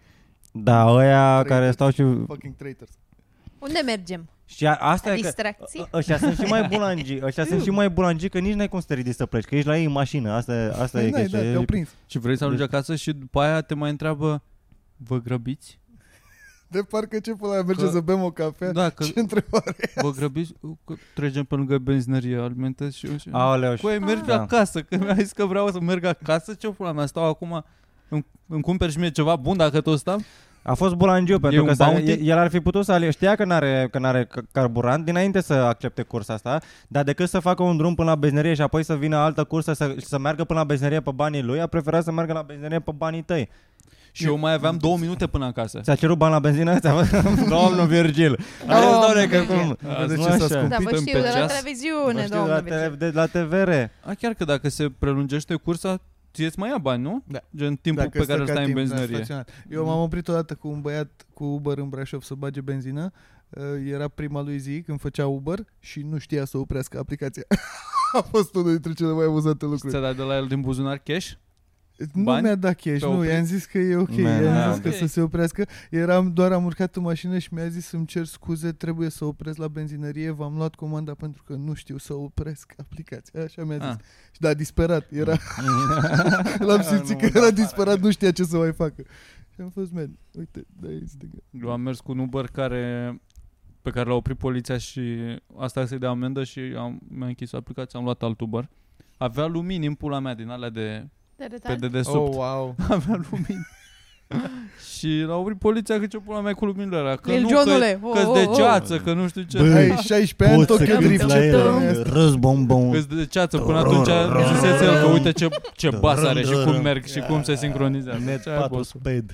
S4: Da, ăia care
S1: Traitors.
S4: stau și
S1: Fucking traitors.
S2: Unde mergem?
S4: Și a, asta e că...
S2: Distracții?
S4: Ă- Ăștia sunt și mai bulangii, ăștia sunt și mai bulangii că nici n-ai cum să te ridici să pleci, că ești la ei în mașină, asta, e- asta
S1: Da,
S4: e
S1: da,
S4: chestia.
S1: te-au prins.
S3: Și vrei să
S4: Deci-
S3: ajungi acasă și după aia te mai întreabă Vă grăbiți?
S1: De parcă ce pula aia merge
S3: Că-
S1: să bem o cafea? <laughs>
S3: Da, că
S1: Ce întrebare?
S3: vă grăbiți? <laughs> Că Trecem pe lângă benzinărie, alimentez și eu și...
S4: Aoleu, și-
S3: Păi mergi
S4: Da.
S3: acasă, că mi-a zis că vreau să merg acasă, ce pula mea, stau acum, îmi, îmi cumperi și mie ceva bun dacă tot stau?
S4: a fost bulangiu pentru
S3: un
S4: că s-a-
S3: bounty?
S4: e- el ar fi putut să ale... știa că n-are, că n-are ca- carburant dinainte să accepte cursa asta, dar decât să facă un drum până la benzinerie și apoi să vină altă cursă să, să meargă până la benzinerie pe banii lui, a preferat să meargă la benzinerie pe banii tăi.
S3: Și eu mai aveam două minute până acasă.
S4: Ți-a cerut bani la benzină? Ți-a <laughs> Domnul Virgil!
S2: Domnul
S4: Ales, doamne, că
S2: Virgil.
S4: cum...
S1: de
S4: nu
S1: ce s-a
S4: așa.
S1: scumpit?
S2: Da, vă
S3: Compităm
S2: știu
S3: pe
S2: de la
S3: ceas.
S4: Vă
S2: televiziune,
S4: știu, la,
S2: domnule
S4: tele-
S2: Virgil.
S4: de, la TVR.
S3: A, chiar că dacă se prelungește cursa, ți îți mai ia bani, nu?
S1: Da.
S3: Gen timpul
S1: Dacă
S3: pe care
S1: stă
S3: îl
S1: ca
S3: stai în
S1: timp, da,
S3: benzinărie.
S1: staționar. Eu m-am oprit odată cu un băiat cu Uber în Brașov să bage benzină. Uh, Era prima lui zi când făcea Uber și nu știa să oprească aplicația. <laughs> A fost unul dintre cele mai amuzante lucruri.
S3: Ți-a dat de la el din buzunar cash?
S1: Nu
S3: bani?
S1: mi-a dat cash,
S3: Te-a
S1: nu,
S3: oprit?
S1: i-am zis că e ok,
S4: Man,
S1: i-am
S4: da.
S1: zis că
S3: Ok.
S1: să se oprească. Eram, doar am urcat în mașină și mi-a zis îmi cer scuze, trebuie să opresc la benzinărie, v-am luat comanda pentru că nu știu să opresc aplicația. Așa mi-a zis.
S3: Ah.
S1: Și da, disperat,
S3: <laughs>
S1: era, l-am simțit că era disperat, nu știa ce să mai facă. Și am fost, man, uite, da, este gata.
S3: Eu am mers cu un Uber care, pe care l-a oprit poliția și asta să-i dea amendă și am, mi-a închis aplicația, am luat alt Uber. Avea lumini în pula mea din alea de
S2: De
S3: pe
S2: retard?
S3: dedesubt. Oh,
S1: wow.
S3: <laughs> Avea lumini. și l-a oprit poliția că ce pula mea e cu luminile alea. Că
S2: Lil
S3: nu,
S2: Johnule,
S3: că,
S2: oh,
S3: că de
S2: oh, oh.
S3: ceață, că nu știu ce.
S4: Bă,
S1: Ai 16 ani, Tokyo
S2: să
S1: Drift.
S2: cânti la ele.
S1: ce
S4: războmbon.
S3: Că de ceață, până atunci zisese el că uite ce, ce bas are și cum merg și cum se sincronizează.
S5: Net
S3: Ce ai,
S5: 4
S3: boss?
S5: sped.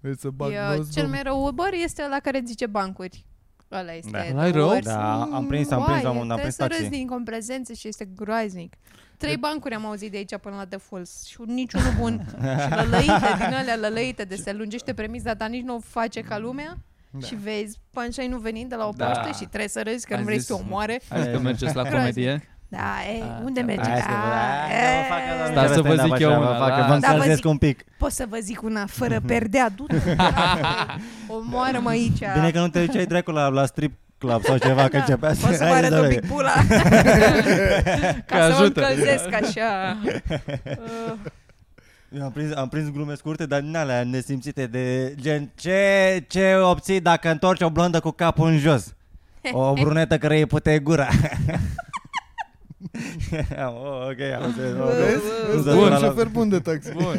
S1: Vrei să bag
S2: Eu,
S1: nos,
S2: cel
S1: domn?
S2: mai rău Uber este la care zice bancuri. Ăla este.
S4: Da.
S2: the
S3: Ăla-i rău?
S2: worst.
S4: Da, am prins, am prins, am-
S2: Uai,
S4: am
S2: trebuie
S4: prins
S2: să
S4: taxi.
S2: râzi din comprezențe și este groaznic. Trei bancuri am auzit de aici până la The Falls și niciunul bun. și lălăite din alea, lălăite de se lungește premiza, dar nici nu o face ca lumea. Da. Și vezi panșai nu venind de la o
S3: Da.
S2: paște și trebuie să râzi că
S3: Am
S2: nu vrei
S3: zis.
S2: să o moare.
S3: Hai că mergeți la comedie.
S2: Da, e,
S3: Ah,
S2: unde
S3: da.
S2: merge?
S4: Hai să-
S2: Da,
S4: hai,
S2: e.
S4: facă, doamne,
S3: Stai să vă
S4: stand-up
S3: zic
S4: așa,
S3: eu
S4: vă
S3: una,
S4: fac-
S3: la-
S4: Vă
S2: Da, vă
S4: încălzesc
S2: zic-
S4: un pic.
S2: Pot să vă zic una, fără perdea, du-te, dracu, omoară-mă aici.
S4: Bine că nu te duceai dracu la, la strip club sau ceva, că
S2: Da,
S4: începea
S2: O să mă
S4: Haide,
S2: arăt un
S4: doamne.
S2: pic pula
S3: Că
S2: Ca să mă
S3: ajută.
S2: încălzesc așa Uh,
S4: Eu am prins, am prins glume scurte, dar din alea nesimțite de gen ce, ce obții dacă întorci o blondă cu capul în jos?
S3: <laughs>
S4: O brunetă care îi pute gura. <laughs> oh, ok, am înțeles.
S2: Bă,
S4: ok.
S1: Vezi?
S2: bă,
S1: Vezi?
S4: bă.
S1: Bun,
S4: Bun.
S1: șofer bun de taxi.
S3: Bun.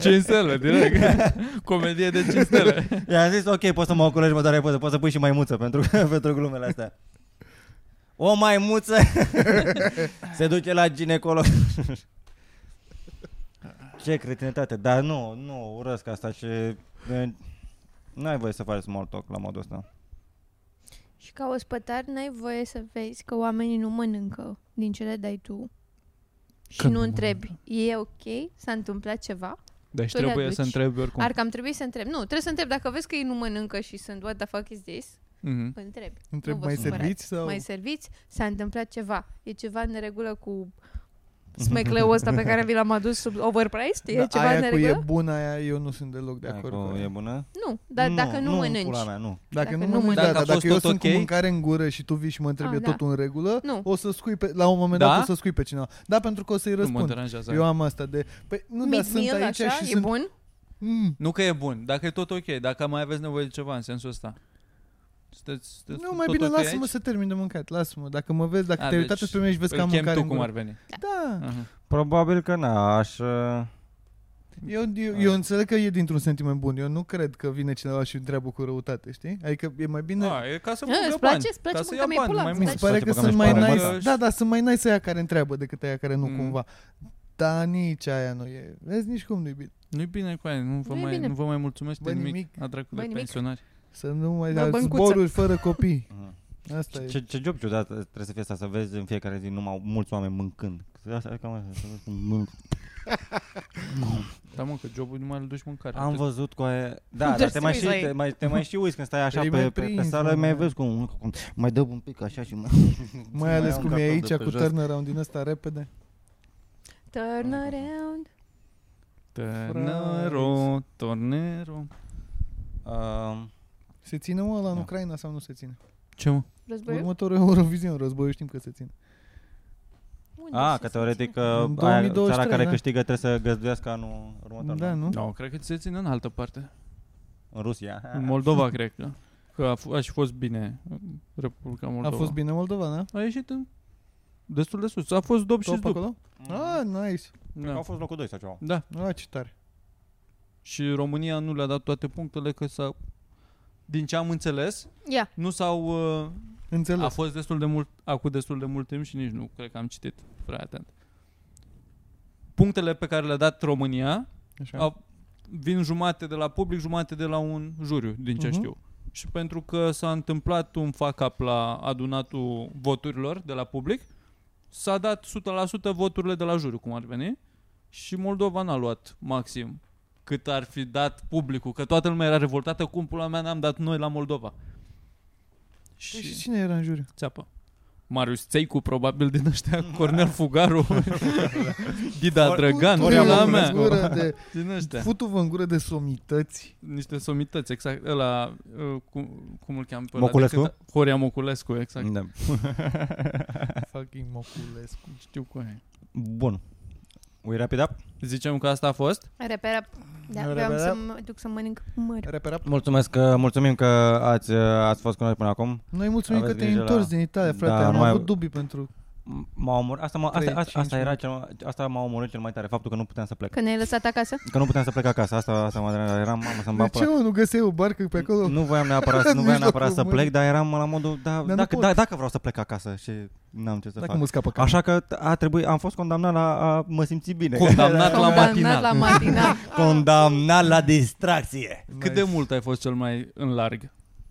S3: 5 stele, direct.
S1: <laughs>
S3: Comedie de 5 stele.
S4: I-am zis, ok, poți să mă ocolești, mă, dar ai poți, poți să pui și maimuță pentru, <laughs> pentru glumele astea. O maimuță <laughs> se duce la ginecolog. <laughs> Ce cretinătate, dar nu, nu, urăsc asta și... e, N-ai voie să faci small talk la modul ăsta.
S6: Și ca ospătar n-ai voie să vezi că oamenii nu mănâncă din ce le dai tu. Și
S3: Că
S6: nu
S3: nu
S6: întrebi, e ok? S-a întâmplat ceva?
S3: Deci
S6: Tu le
S3: trebuie
S6: aduci.
S3: să întrebi oricum.
S6: Ar cam trebui să întreb. Nu, trebuie să întreb dacă vezi că ei nu mănâncă și sunt what the fuck is this?
S3: Mhm.
S6: Întrebi.
S1: Întreb,
S6: Nu vă
S1: mai
S6: supărați.
S1: serviți sau...
S6: Mai serviți? S-a întâmplat ceva. E ceva în regulă
S1: <laughs>
S6: cu smecleul ăsta pe care vi l-am adus sub overpriced? E
S1: Da,
S6: ceva în
S1: aia cu
S6: regulă?
S1: e bună, aia eu nu sunt deloc de acord cu
S4: e
S1: aia.
S4: bună?
S6: Nu, dar dacă nu, mănânci.
S4: Pula mea, nu.
S1: Dacă,
S6: Dacă
S1: nu
S6: nu
S1: mănânci,
S6: mănânci.
S1: da,
S3: Dacă a
S1: dar dacă
S3: fost
S1: eu
S3: tot
S1: sunt
S3: ok?
S1: cu mâncare în gură și tu vii și mă întrebi,
S6: Ah,
S1: e
S6: da.
S1: totul în regulă,
S6: Nu.
S1: o să scui pe, la un moment
S3: Da?
S1: dat o să scui pe cineva. Da, pentru că o să-i
S3: Nu mă exact.
S1: răspund.
S3: deranjează.
S1: Eu am asta de... Păi, nu, dar
S6: Mid
S1: sunt
S6: meal,
S1: aici
S6: așa,
S1: și
S6: e
S1: sunt...
S6: bun?
S1: Mm,
S3: Nu că e bun, dacă e tot ok, dacă mai aveți nevoie de ceva în sensul ăsta. Sunteți, sunteți
S1: nu, mai
S3: tot
S1: bine
S3: ok
S1: lasă-mă
S3: aici?
S1: să termin de mâncat, lasă-mă. Dacă mă vezi, dacă
S3: A,
S1: te-ai
S3: deci
S1: uitat pe mine și vezi
S3: Îl
S1: că am
S3: chem
S1: mâncare
S3: tu
S1: în
S3: cum ar
S1: gură.
S3: veni. <laughs>
S1: Da,
S3: Aha.
S4: Probabil că n-aș... uh,
S1: eu, eu, eu înțeleg că e dintr-un sentiment bun. Eu nu cred că vine cineva și întreabă cu răutate, știi? Adică e mai bine...
S3: A, e ca să
S6: Ah,
S3: mângă
S6: îți
S3: bani.
S6: place? Îți place
S3: ca să
S6: cum
S3: ia
S6: că mi-ai
S3: bani,
S6: pula?
S3: mai
S6: Îți
S1: Mi se
S3: mult.
S6: Deci,
S1: pare
S4: face
S1: că
S4: pe cam
S1: sunt mai
S4: ești
S1: nice.
S3: paranoiaș.
S1: Da, da, sunt mai nice aia care întreabă decât aia care nu
S3: Mm.
S1: cumva. Da, nici aia nu e. Vezi, nici cum nu-i bine.
S3: Nu-i bine cu aia, nu vă,
S6: Nu-i
S3: mai,
S6: bine.
S3: nu vă mai mulțumesc de
S1: Bă,
S3: nimic.
S1: nimic.
S3: A dracu
S6: Bă,
S3: de
S6: nimic.
S3: pensionari.
S1: Să nu mai
S2: La
S1: da,
S2: băncuță.
S1: zboruri fără copii.
S4: <laughs> Mhm.
S1: Asta e.
S4: Ce, ce job ciudat trebuie să fie asta, să vezi în fiecare zi numai mulți oameni mâncând. Asta e cam așa, să vezi cum mânc.
S3: Da, mă, că jobul nu mai îl duci mâncare.
S4: Am
S3: Atât.
S4: văzut cu <laughs> aia... Da,
S2: Deci
S4: dar te mai,
S2: te
S4: și,
S2: uiți la
S4: te,
S2: ei.
S4: mai, te mai și uiți când stai așa
S1: Îi
S4: pe,
S1: mai
S4: pe, pe,
S1: prins,
S4: sală,
S1: mă,
S4: mai
S1: mă.
S4: vezi cum, cum mai dă un pic așa și mai...
S1: Mai ales
S4: iau un
S1: cum e
S4: carton
S1: aici
S4: de pe
S1: cu
S4: jos.
S1: turnaround din ăsta repede.
S6: Turn around.
S3: Tănăro, tornero.
S4: Um,
S1: Se ține mă la în
S4: Da.
S1: Ucraina sau nu se ține?
S3: Ce mă?
S6: Războiul?
S1: Următorul <laughs> Eurovision războiul știm că se ține.
S6: Unde
S1: Ah,
S4: A,
S6: se ține?
S4: că teoretic că
S1: În
S4: aia,
S1: 2023,
S4: țara care
S1: da.
S4: câștigă trebuie să găzduiască anul următor.
S1: Da, nu?
S3: Nu, cred că se ține în altă parte.
S4: În
S1: <laughs>
S4: Rusia.
S1: Ah.
S3: În Moldova, cred că. Că a, f- a și fost bine în Republica
S1: A
S3: Moldova.
S1: fost bine Moldova, da?
S3: A ieșit în destul de sus. A fost dop și Mm.
S1: Top
S3: zdup.
S1: acolo? Ah, nice.
S4: Cred că
S3: Da.
S4: Mm. Au fost locul 2 sau ceva.
S3: da.
S1: Ah, ce tare.
S3: Și România nu le-a dat toate punctele că s-a... Din ce am înțeles,
S6: Ia.
S3: nu s-au... uh, A
S1: Înțeles.
S3: fost destul de mult, acum destul de mult timp și nici nu cred că am citit prea atent. Punctele pe care le-a dat România
S1: Așa.
S3: au, vin jumate de la public, jumate de la un juriu, din ce
S1: Mhm.
S3: știu. Și pentru că s-a întâmplat un fuck-up la adunatul voturilor de la public, s-a dat 100% voturile de la juriu, cum ar veni, și Moldova n-a luat maxim cât ar fi dat publicul, că toată lumea era revoltată, cum pula mea n-am dat noi la Moldova.
S1: Păi Și cine era în juriu?
S3: Țeapă. Marius Țeicu, probabil din ăștia, Cornel Fugaru,
S1: <laughs>
S3: Dida Drăgan,
S1: Futu-vă
S3: pula
S1: în
S3: mea,
S1: gură
S3: <laughs>
S1: de,
S3: din ăștia.
S1: futu-vă în gură de somități.
S3: Niște somități, exact, ăla, uh, cum, cum îl cheamă pe ăla?
S4: Moculescu?
S3: De cât- Horia Moculescu, exact.
S1: Mm.
S4: Da.
S1: Fucking Moculescu.
S3: Știu cu aia.
S4: Bun. We wrap it up?
S3: Zicem că asta a fost.
S6: Reperă. Da,
S1: Reperă.
S6: vreau să mă duc să mănânc măr.
S1: Reperap.
S4: Mulțumesc, că, mulțumim că ați, uh, ați fost cu noi până acum.
S1: Noi mulțumim
S4: Aveți
S1: că te-ai
S4: grijă la-
S1: întors din Italia, frate.
S4: Da,
S1: Am
S4: numai-
S1: avut dubii pentru...
S4: M- M-a omor... asta, m-a,
S1: Trei,
S4: asta, asta,
S1: cinci
S4: asta, era cel, mai- asta m-a omorât cel mai tare, faptul că nu puteam să plec.
S6: Că ne-ai lăsat acasă?
S4: Că nu puteam să plec acasă, asta, asta mă era, eram mamă să-mi
S1: De
S4: bapă.
S1: ce, mă, nu găseai o barcă pe acolo?
S4: Nu voiam neapărat, nu
S1: În
S4: voiam neapărat să
S1: mijlocul
S4: plec, dar eram la modul, da,
S1: nu
S4: dacă,
S1: pot.
S4: da, dacă vreau să plec acasă și n-am ce să
S1: Dacă
S4: fac.
S1: mă scapă capul.
S4: Așa că a trebuit, am fost condamnat la a mă simți bine.
S3: Condamnat la
S6: Condamnat
S3: matinal.
S6: la matinal.
S4: <laughs> condamnat la distracție.
S3: Cât de mult ai fost cel mai în larg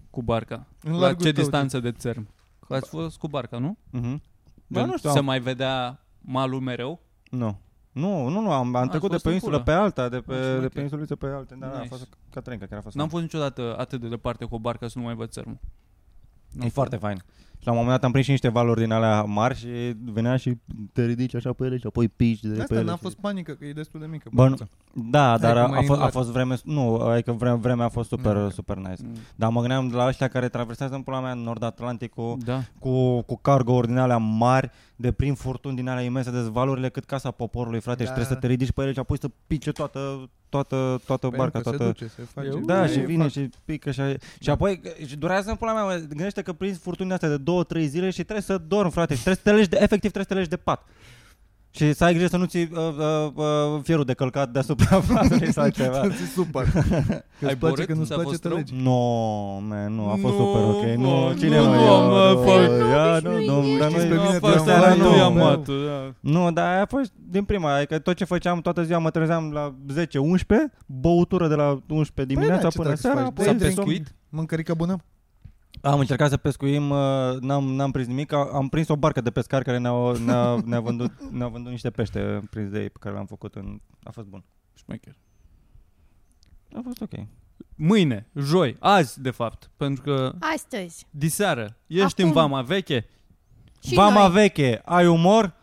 S3: cu barca?
S1: În
S3: la
S1: largul
S3: ce
S1: tău,
S3: distanță de țărm? Că ați fost cu barca, nu?
S4: Mhm.
S1: Da,
S3: Gen,
S4: nu știu,
S3: Se
S4: am-
S3: mai vedea malul mereu?
S4: Nu. Nu, nu, nu, am, am
S3: Ați
S4: trecut de
S3: fost
S4: pe
S3: în
S4: insulă
S3: culă.
S4: pe alta, de
S3: Nu știu,
S4: pe, de
S3: ok.
S4: pe insuliță pe alta. Da, da, a
S3: Nice.
S4: fost ca trenca chiar a fost.
S3: N-am fost niciodată atât de departe cu o barcă să nu mai văd țărmul.
S4: E foarte fain. Și la un moment dat am prins și niște valuri din alea mari și venea și te ridici așa pe ele și apoi pici de
S1: De
S4: pe
S1: asta
S4: ele.
S1: n-a
S4: și-
S1: fost panică, că e destul de mică.
S4: Bă, nu-
S1: bănuța.
S4: Da, dar
S1: Hai că
S4: a,
S1: mai
S4: a, fost, a
S1: înlarg.
S4: fost vreme, nu, adică vre, vremea a fost super,
S1: Mm.
S4: super nice.
S3: Mm.
S4: Dar mă gândeam la ăștia care traversează în pula mea Nord-Atlanticul
S3: Da.
S4: cu, cu cargouri din alea mari, de prin furtuni din alea imense, de valurile cât casa poporului, frate, și
S1: Da.
S4: trebuie să te ridici pe ele și apoi să pice toată, toată, toată
S1: Pentru
S4: barca,
S1: că
S4: toată...
S1: Păi Se duce, se face.
S3: Eu-
S4: Da,
S1: E,
S4: și
S1: e
S4: vine
S1: fac.
S4: și pică și, și apoi și durează în pula mea, mă, gândește că prinzi furtunile astea de 2-3 zile și trebuie să dormi, frate, și trebuie să te legi de, efectiv trebuie să te legi de pat. Și să ai grijă să nu ții uh, uh, uh, fierul de călcat deasupra <laughs> patului sau ceva.
S1: Ți super. Că
S3: Ai
S1: îți place
S3: borât?
S1: că nu-ți
S3: Ți-a
S1: place
S3: fost
S1: te
S3: rău?
S1: legi.
S4: No, man, nu, a fost
S3: Nu,
S4: super ok. Nu,
S3: bă,
S4: cine
S3: nu,
S4: mă
S3: nu,
S4: ia?
S3: mă,
S4: Nu,
S3: fac-
S4: uh, ia, nu, domnul, dar
S3: Păi
S1: știți
S4: noi-
S1: pe mine,
S4: nu,
S1: te-am
S4: ăsta
S1: luat,
S4: era
S1: nu
S4: nou,
S1: i-am
S4: man.
S1: luat.
S3: ă,
S4: Nu, dar aia a fost din prima, adică tot ce făceam, toată ziua mă trezeam la 10-11, băutură de la 11 dimineața
S1: da, ce
S4: până
S1: dracu să
S4: seara,
S1: faci?
S4: apoi
S1: S-a
S4: de somn.
S3: pescuit?
S1: Mâncărica bună?
S4: Am încercat să pescuim, uh, n-am, n-am prins nimic, a- am prins o barcă de pescar care ne-a,
S6: <laughs>
S4: ne-a, ne-a, vândut, ne-a vândut niște pește prins de ei pe care l-am făcut în... A fost bun.
S3: Șmecher.
S4: A fost ok.
S3: Mâine, joi, azi de fapt, pentru că
S6: Astăzi.
S3: diseară ești în
S6: Acum.
S3: vama veche,
S6: Și
S4: Vama
S6: noi.
S4: veche, ai umor?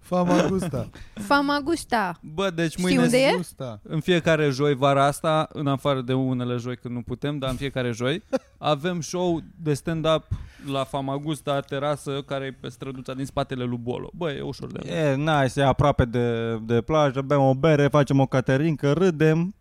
S1: Fama gusta.
S6: Fama gusta.
S3: bă, deci
S6: Știi
S3: mâine
S6: unde e?
S1: Gusta.
S3: în fiecare joi vara asta, în afară de unele joi când nu putem, dar în fiecare
S6: <laughs>
S3: joi, avem show de stand-up la Famagusta, terasă, care e pe străduța din spatele lui Bolo. Bă, e ușor de...
S4: E, nice, e aproape de, de plajă, bem o bere, facem o caterincă, râdem.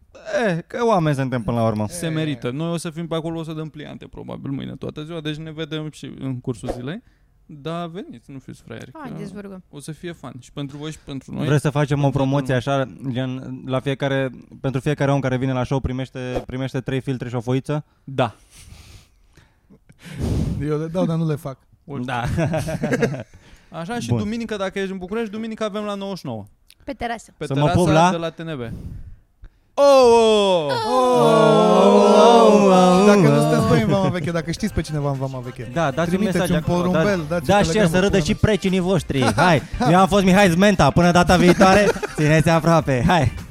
S4: E, că oameni suntem până la urmă.
S3: Se merită. Noi o să fim pe acolo, o să dăm pliante probabil mâine toată ziua, deci ne vedem și în cursul zilei. Dar veniți, nu fiți fraieri. că
S1: Mm.
S6: Haideți, vă rugăm.
S3: O să fie fan și pentru voi și pentru noi.
S4: Vrei să facem o
S3: Pentru
S4: promoție
S3: toată
S4: așa, gen, la fiecare, pentru fiecare om care vine la show primește, primește trei filtre și o foiță?
S3: Da.
S1: Eu le dau, dar nu le fac.
S3: Orice.
S4: Da.
S3: Așa și
S4: Bun.
S3: duminică, dacă ești în București, duminică avem la 99.
S6: Pe terasă.
S3: Pe
S4: Să mă
S3: terasa
S4: pop la- Ah,
S3: de la TNB. Oh!
S6: Oh,
S1: Și Dacă nu sunteți voi în Vama Veche, dacă știți pe cineva în Vama Veche,
S4: Da, dați un
S1: Trimiteți
S4: mesaj
S1: un
S4: acolo,
S1: porumbel,
S4: da-
S1: dați un
S4: da, share,
S1: telegram
S4: să râdă
S1: acolo.
S4: și
S1: <laughs>
S4: precinii voștri Hai, eu am fost Mihai Zmenta Până data viitoare, țineți aproape Hai